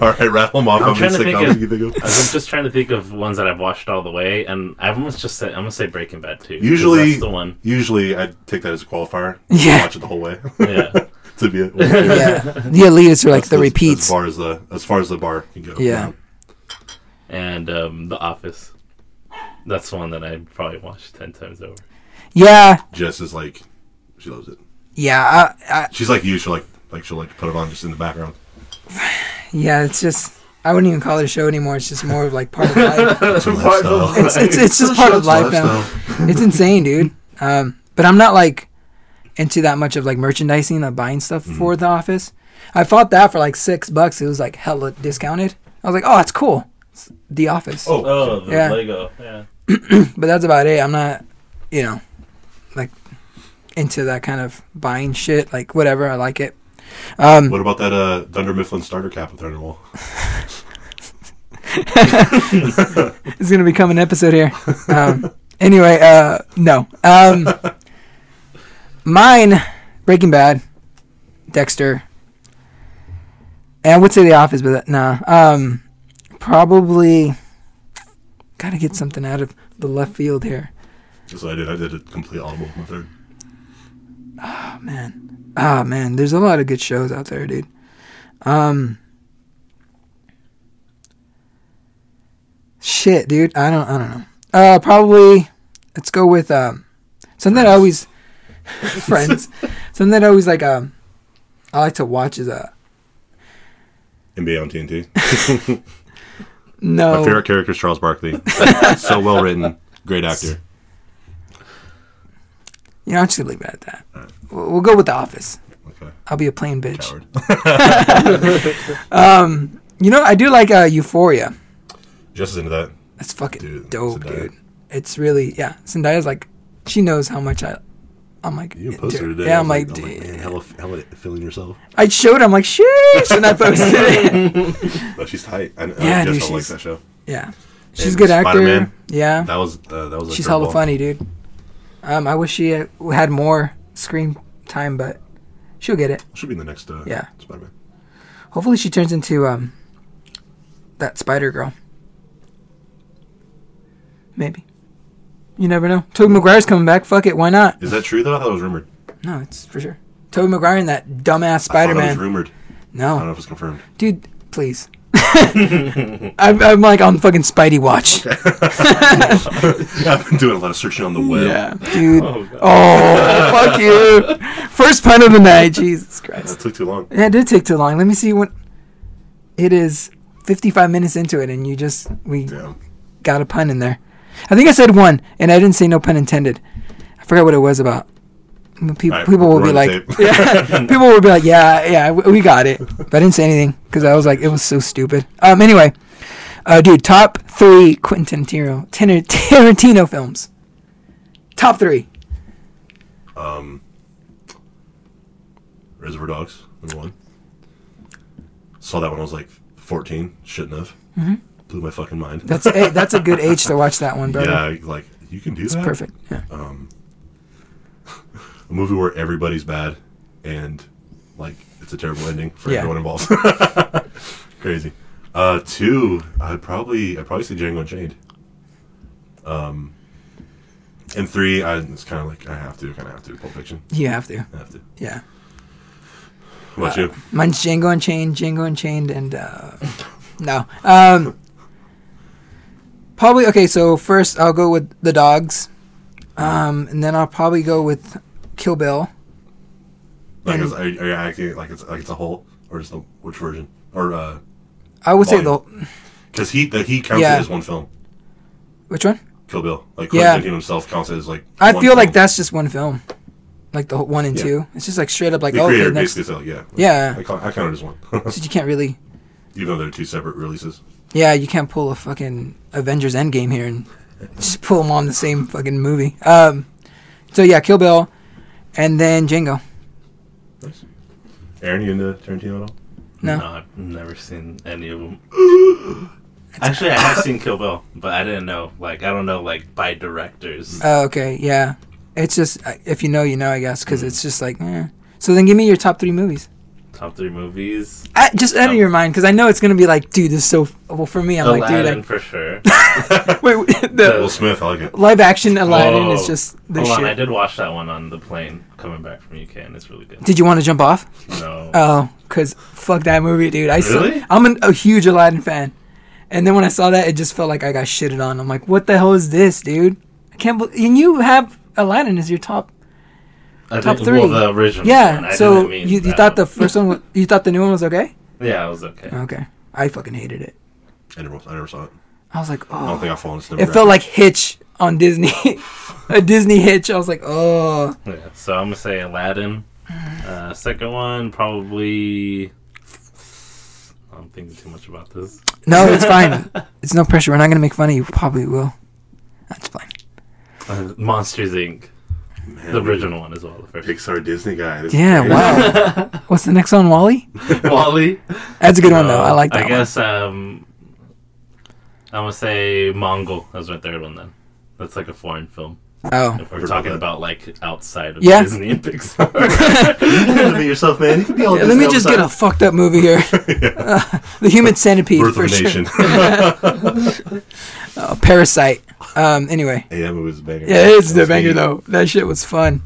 [SPEAKER 1] All right, rattle them off. How
[SPEAKER 3] I'm
[SPEAKER 1] many
[SPEAKER 3] trying to think
[SPEAKER 1] sitcoms
[SPEAKER 3] of-
[SPEAKER 1] you can think of?
[SPEAKER 3] I was just trying to think of ones that I've watched all the way, and I almost just said I'm gonna say Breaking Bad too. 'cause
[SPEAKER 1] Usually-
[SPEAKER 3] that's the one.
[SPEAKER 1] Usually, I take that as a qualifier.
[SPEAKER 2] Yeah.
[SPEAKER 1] Watch it the whole way
[SPEAKER 3] Yeah,
[SPEAKER 1] to be it.
[SPEAKER 2] yeah. The elitists are like the
[SPEAKER 1] As
[SPEAKER 2] repeats.
[SPEAKER 1] far as the as far as the bar can go.
[SPEAKER 2] Yeah.
[SPEAKER 3] and um, The Office. That's the one that I probably watched ten times over.
[SPEAKER 2] Yeah.
[SPEAKER 1] Jess is like, she loves it.
[SPEAKER 2] Yeah. I, I,
[SPEAKER 1] She's like you. She like like she'll like put it on just in the background.
[SPEAKER 2] yeah. It's just. I wouldn't even call it a show anymore. It's just more of like part of life.
[SPEAKER 1] It's a
[SPEAKER 3] Lifestyle.
[SPEAKER 1] lifestyle.
[SPEAKER 2] It's it's, it's just part of life now. It's insane, dude. Um, but I'm not like into that much of like merchandising, like buying stuff for the office. I fought that for like six bucks. It was like hella discounted. I was like, oh, that's cool. It's the office.
[SPEAKER 1] Oh,
[SPEAKER 3] Oh, the
[SPEAKER 2] Yeah.
[SPEAKER 3] Lego. Yeah.
[SPEAKER 2] but that's about it. I'm not, you know, like into that kind of buying shit. Like whatever, I like it. Um,
[SPEAKER 1] what about that uh, Thunder Mifflin starter cap with Thunderwall?
[SPEAKER 2] it's gonna become an episode here. Um, anyway, uh, no. Um, mine, Breaking Bad, Dexter, and I would say The Office, but that- nah. Um, probably gotta get something out of the left field here.
[SPEAKER 1] So I did. I did a complete audible with my third.
[SPEAKER 2] Oh man. Oh man, there's a lot of good shows out there, dude. Um Shit, dude. I don't I don't know. Uh probably let's go with um something that I always friends. Something that I always like um I like to watch is uh
[SPEAKER 1] NBA on TNT. My
[SPEAKER 2] no
[SPEAKER 1] favorite character is Charles Barkley. so well written, great actor.
[SPEAKER 2] you know, I should leave it at that. We'll, we'll go with the office.
[SPEAKER 1] Okay.
[SPEAKER 4] Okay.
[SPEAKER 2] I'll be a plain bitch.
[SPEAKER 4] Coward.
[SPEAKER 2] You know, I do like uh, Euphoria.
[SPEAKER 1] Jess is into that.
[SPEAKER 2] That's fucking
[SPEAKER 1] Dude,
[SPEAKER 2] dope,
[SPEAKER 1] Zendaya.
[SPEAKER 2] dude. It's really yeah. Zendaya's like, she knows how much I. I'm like,
[SPEAKER 1] You
[SPEAKER 2] dude.
[SPEAKER 1] posted it today.
[SPEAKER 2] yeah.
[SPEAKER 1] I
[SPEAKER 2] I'm
[SPEAKER 1] was oh
[SPEAKER 2] like,
[SPEAKER 1] I'm
[SPEAKER 2] dude.
[SPEAKER 1] man, hella, hella feeling yourself.
[SPEAKER 2] I showed. I'm like, sheesh, and I posted it.
[SPEAKER 1] But Oh, she's tight. I, I Jess
[SPEAKER 2] Yeah, dude,
[SPEAKER 1] don't like
[SPEAKER 2] she's-
[SPEAKER 1] that show.
[SPEAKER 2] Yeah, she's a good actor.
[SPEAKER 1] Spider-Man.
[SPEAKER 2] Yeah,
[SPEAKER 1] That was uh, that was. a
[SPEAKER 2] she's hella
[SPEAKER 1] curveball.
[SPEAKER 2] funny, dude. Um, I wish she uh, had more screen time, but she'll get it.
[SPEAKER 1] Should be in the next. Uh,
[SPEAKER 2] Yeah.
[SPEAKER 1] Spider-Man.
[SPEAKER 2] Hopefully, she turns into um, that Spider Girl. Maybe. You never know. Tobey Maguire's coming back. Fuck it. Why not?
[SPEAKER 1] Is that true though? I thought it was rumored.
[SPEAKER 2] No, it's for sure. Tobey Maguire and that dumbass
[SPEAKER 1] I thought
[SPEAKER 2] Spider
[SPEAKER 1] it was
[SPEAKER 2] Man.
[SPEAKER 1] rumored. I don't know
[SPEAKER 2] No,
[SPEAKER 1] if it's confirmed.
[SPEAKER 2] dude, please. I'm, I'm like on fucking Spidey watch.
[SPEAKER 1] I've been doing a lot of searching on the web.
[SPEAKER 2] Yeah, dude.
[SPEAKER 3] Oh, God.
[SPEAKER 2] Oh, fuck you. First pun of the night. Jesus Christ.
[SPEAKER 1] That took too long.
[SPEAKER 2] Yeah, it did take too long. Let me see what. It is 55 minutes into it, and you just. We
[SPEAKER 1] Damn.
[SPEAKER 2] got a pun in there. I think I said one, and I didn't say no pun intended. I forgot what it was about. People,
[SPEAKER 1] All right,
[SPEAKER 2] people will
[SPEAKER 1] we're
[SPEAKER 2] be
[SPEAKER 1] on
[SPEAKER 2] like,
[SPEAKER 1] tape.
[SPEAKER 2] yeah, people will be like, yeah, yeah, w- we got it. But I didn't say anything because I was like, it was so stupid. Um, anyway, uh, dude, top three Quentin Tarantino, Tar- Tarantino films. Top three.
[SPEAKER 1] Um, Reservoir Dogs, number one. Saw that when I was like 14. Shouldn't have. Blew my fucking mind.
[SPEAKER 2] Mm-hmm. That's a, that's a good age to watch that one, brother.
[SPEAKER 1] yeah, like you can do
[SPEAKER 2] it's
[SPEAKER 1] that.
[SPEAKER 2] perfect. Yeah.
[SPEAKER 1] A movie where everybody's bad and like it's a terrible ending for
[SPEAKER 2] Yeah.
[SPEAKER 1] everyone involved. Crazy. Uh, two. I'd probably I'd probably say Django Unchained. Um, and three. I it's kind of like I have to, kind of have to. Pulp Fiction.
[SPEAKER 2] You have to.
[SPEAKER 1] I have to.
[SPEAKER 2] Yeah.
[SPEAKER 1] What about you?
[SPEAKER 2] Mine's Django Unchained, Django Unchained, and uh, no. Um, probably okay. So first, I'll go with the dogs, um, and then I'll probably go with Kill Bill.
[SPEAKER 1] Like, is, are, you- are you acting like it's like it's a whole, or is the which version? Or uh,
[SPEAKER 2] I would say the
[SPEAKER 1] because he the, he counts
[SPEAKER 2] Yeah.
[SPEAKER 1] it as one film.
[SPEAKER 2] which one?
[SPEAKER 1] Kill Bill. Like
[SPEAKER 2] Yeah.
[SPEAKER 1] Quentin Tarantino himself counts it as like.
[SPEAKER 2] I
[SPEAKER 1] one
[SPEAKER 2] feel like
[SPEAKER 1] film.
[SPEAKER 2] that's just one film, like the whole one and
[SPEAKER 1] Yeah.
[SPEAKER 2] two. It's just like straight up like
[SPEAKER 1] The
[SPEAKER 2] oh, okay,
[SPEAKER 1] creator
[SPEAKER 2] next.
[SPEAKER 1] basically said, yeah.
[SPEAKER 2] Yeah.
[SPEAKER 1] I, call, I count it as one,
[SPEAKER 2] So you can't really.
[SPEAKER 1] even though they're two separate releases.
[SPEAKER 2] Yeah, you can't pull a fucking Avengers Endgame here and just pull them on the same fucking movie. Um, so yeah, Kill Bill, and then Django.
[SPEAKER 1] Nice. Aaron, you into Tarantino at all?
[SPEAKER 2] No.
[SPEAKER 3] I've never seen any of them. Actually, I have seen Kill Bill, but I didn't know. Like, I don't know, like, by directors.
[SPEAKER 2] Oh, okay, yeah. It's just I- if you know, you know, I guess, because
[SPEAKER 3] Mm.
[SPEAKER 2] it's just like. eh. So then, give me your top three movies.
[SPEAKER 3] Top three movies.
[SPEAKER 2] I, just out of
[SPEAKER 3] Um,
[SPEAKER 2] your mind, because I know it's gonna be like, dude, this is so. Well, for me, I'm like, dude,
[SPEAKER 3] Aladdin,
[SPEAKER 2] like,
[SPEAKER 3] for sure.
[SPEAKER 2] wait, wait,
[SPEAKER 1] Uh, Will
[SPEAKER 2] the
[SPEAKER 1] Smith, I like it.
[SPEAKER 2] live action Aladdin
[SPEAKER 3] Whoa.
[SPEAKER 2] is just the
[SPEAKER 3] Hold
[SPEAKER 2] shit.
[SPEAKER 3] on, I did watch that one on the plane coming back from UK, and it's really good.
[SPEAKER 2] Did you want to jump off?
[SPEAKER 3] No.
[SPEAKER 2] Oh, because fuck that movie, dude. I saw-
[SPEAKER 3] Really?
[SPEAKER 2] I'm an, a huge Aladdin fan, and then when I saw that, it just felt like I got shitted on. I'm like, what the hell is this, dude? I can't. believe and you have Aladdin as your top.
[SPEAKER 3] I
[SPEAKER 2] top
[SPEAKER 3] didn't- Well,
[SPEAKER 2] three.
[SPEAKER 3] the original. one.
[SPEAKER 2] Yeah.
[SPEAKER 3] I
[SPEAKER 2] So
[SPEAKER 3] didn't mean
[SPEAKER 2] you, you
[SPEAKER 3] that
[SPEAKER 2] thought the Uh-huh.
[SPEAKER 3] one.
[SPEAKER 2] first one, was, you thought the new one was okay?
[SPEAKER 3] Yeah, it was okay.
[SPEAKER 2] Okay. I fucking hated it.
[SPEAKER 1] I never, I never saw it.
[SPEAKER 2] I was like,
[SPEAKER 1] I don't
[SPEAKER 2] oh.
[SPEAKER 1] think I fall into.
[SPEAKER 2] It felt like Hitch on Disney. a Disney Hitch. I was like, oh.
[SPEAKER 3] Yeah, so I'm gonna say Aladdin.
[SPEAKER 2] Mm-hmm.
[SPEAKER 3] Uh, second one probably. I'm thinking too much about this.
[SPEAKER 2] No, it's fine. it's no pressure. We're not going to make fun of you. Probably will. That's fine.
[SPEAKER 3] Uh, Monsters Inc. The original one as well. The first
[SPEAKER 1] Pixar Disney guy. This is
[SPEAKER 2] Yeah,
[SPEAKER 1] crazy.
[SPEAKER 2] wow. What's the next one, Wally?
[SPEAKER 3] Wally.
[SPEAKER 2] That's a good one, though.
[SPEAKER 1] Uh,
[SPEAKER 2] I like
[SPEAKER 3] Uh, I
[SPEAKER 2] that one.
[SPEAKER 3] guess um, I'm gonna say Mongol as my third one. Then that's like a foreign film.
[SPEAKER 2] Oh.
[SPEAKER 3] If we're
[SPEAKER 1] Heard about
[SPEAKER 3] talking
[SPEAKER 1] that.
[SPEAKER 3] about like outside of
[SPEAKER 2] Yeah.
[SPEAKER 3] Disney and Pixar.
[SPEAKER 1] You can be yourself, man. You can be all.
[SPEAKER 2] Let me just get a fucked up movie here. Uh, the Human Centipede,
[SPEAKER 1] Birth of
[SPEAKER 2] for
[SPEAKER 1] a
[SPEAKER 2] sure.
[SPEAKER 1] Nation.
[SPEAKER 2] Oh, Parasite. Um, anyway.
[SPEAKER 1] hey, that movie was a banger.
[SPEAKER 2] Yeah, it's the
[SPEAKER 1] That was
[SPEAKER 2] banger
[SPEAKER 1] neat.
[SPEAKER 2] though. That shit was fun.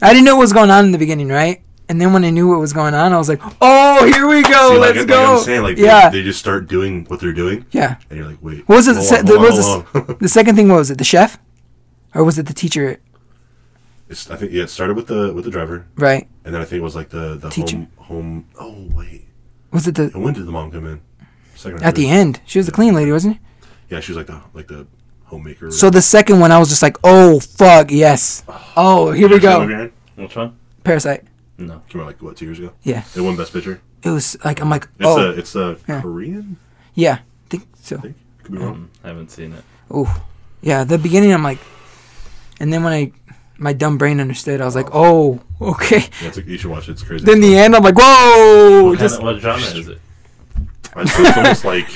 [SPEAKER 2] I didn't know what was going on in the beginning, right? And then when I knew what was going on, I was like, "Oh, here we go,
[SPEAKER 1] See, like,
[SPEAKER 2] let's
[SPEAKER 1] like
[SPEAKER 2] go!"
[SPEAKER 1] I'm saying, like,
[SPEAKER 2] yeah,
[SPEAKER 1] they, they just start doing what they're doing,
[SPEAKER 2] yeah.
[SPEAKER 1] and you're like, wait.
[SPEAKER 2] What was it? The,
[SPEAKER 1] hold
[SPEAKER 2] se-
[SPEAKER 1] on,
[SPEAKER 2] the,
[SPEAKER 1] hold
[SPEAKER 2] what
[SPEAKER 1] on,
[SPEAKER 2] was the,
[SPEAKER 1] hold on.
[SPEAKER 2] se- the second thing? What was it? The chef, or was it the teacher?
[SPEAKER 1] It's- I think yeah, it started with the with the driver,
[SPEAKER 2] Right?
[SPEAKER 1] and then I think it was like the the
[SPEAKER 2] Teacher.
[SPEAKER 1] home home. Oh wait,
[SPEAKER 2] Was it the
[SPEAKER 1] and when did the mom come in? Second or
[SPEAKER 2] at the
[SPEAKER 1] third?
[SPEAKER 2] end? She was the clean lady, wasn't she?
[SPEAKER 1] Yeah, she was like the like the homemaker.
[SPEAKER 2] So the second one, I was just like, "Oh fuck, yes! Oh,
[SPEAKER 1] Did you see
[SPEAKER 2] here we
[SPEAKER 1] that
[SPEAKER 2] go,
[SPEAKER 1] movie, Aaron?
[SPEAKER 3] Which one?
[SPEAKER 2] Parasite."
[SPEAKER 3] No.
[SPEAKER 1] Came out like what two years ago?
[SPEAKER 2] Yeah.
[SPEAKER 1] It won Best Picture.
[SPEAKER 2] It was like I'm like
[SPEAKER 1] It's a
[SPEAKER 2] oh
[SPEAKER 1] it's a
[SPEAKER 2] Yeah.
[SPEAKER 1] Korean.
[SPEAKER 2] yeah, I think so.
[SPEAKER 1] I think could be wrong.
[SPEAKER 3] Mm, I haven't seen it.
[SPEAKER 2] Oh, yeah. The beginning, I'm like, and then when I, my dumb brain understood, I was like, oh, okay.
[SPEAKER 1] Yeah, it's, you should watch it. It's crazy.
[SPEAKER 2] Then the end, I'm like, whoa,
[SPEAKER 3] What, kind
[SPEAKER 2] just
[SPEAKER 3] of, what genre is it?
[SPEAKER 1] It's it's almost like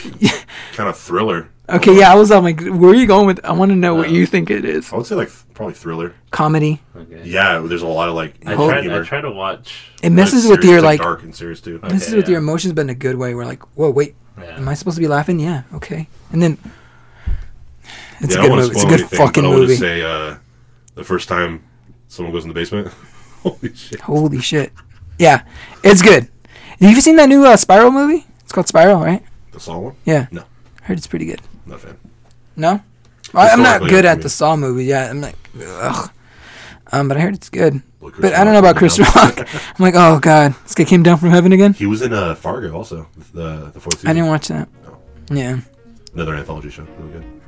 [SPEAKER 1] kind of thriller.
[SPEAKER 2] okay. Yeah, I was. I'm like, where are you going with? I want to know what
[SPEAKER 3] Uh,
[SPEAKER 2] you think it is.
[SPEAKER 1] I would say like th- probably thriller.
[SPEAKER 2] Comedy.
[SPEAKER 3] Okay.
[SPEAKER 1] Yeah, there's a lot of like
[SPEAKER 3] I
[SPEAKER 2] Hope-
[SPEAKER 3] tried. I
[SPEAKER 1] humor.
[SPEAKER 3] tried to watch.
[SPEAKER 2] It
[SPEAKER 1] But
[SPEAKER 2] messes
[SPEAKER 1] it's
[SPEAKER 2] with
[SPEAKER 1] serious,
[SPEAKER 2] your
[SPEAKER 1] it's,
[SPEAKER 2] like.
[SPEAKER 1] dark and serious too.
[SPEAKER 3] Okay,
[SPEAKER 2] messes with
[SPEAKER 3] yeah.
[SPEAKER 2] your emotions, but in a good way. We're like, whoa, wait,
[SPEAKER 3] Yeah.
[SPEAKER 2] am I supposed to be laughing? Yeah, okay. And then it's
[SPEAKER 1] Yeah, I
[SPEAKER 2] a good
[SPEAKER 1] wanna
[SPEAKER 2] movie. It's a
[SPEAKER 1] spoil
[SPEAKER 2] good
[SPEAKER 1] anything, but
[SPEAKER 2] fucking
[SPEAKER 1] I would
[SPEAKER 2] movie.
[SPEAKER 1] just say uh, the first time someone goes in the basement. Holy shit!
[SPEAKER 2] Holy shit. Yeah, it's good. Have you seen that new uh, Spiral movie? It's called Spiral, right?
[SPEAKER 1] The Saw one.
[SPEAKER 2] Yeah.
[SPEAKER 1] No.
[SPEAKER 2] I heard it's pretty good.
[SPEAKER 1] Not a fan.
[SPEAKER 2] No, I, I'm not
[SPEAKER 1] Historically,
[SPEAKER 2] good
[SPEAKER 1] I
[SPEAKER 2] at
[SPEAKER 1] mean.
[SPEAKER 2] the Saw movie. Yeah, I'm like, ugh. Um, but I heard it's good.
[SPEAKER 1] Well, Chris
[SPEAKER 2] But I don't know
[SPEAKER 1] Rock
[SPEAKER 2] about Chris
[SPEAKER 1] was in
[SPEAKER 2] Rock. I'm like, oh god, this guy came down from heaven again.
[SPEAKER 1] He was in uh, Fargo also. The the fourth season.
[SPEAKER 2] I didn't watch that.
[SPEAKER 1] No.
[SPEAKER 2] Yeah,
[SPEAKER 1] Another anthology show. Really good.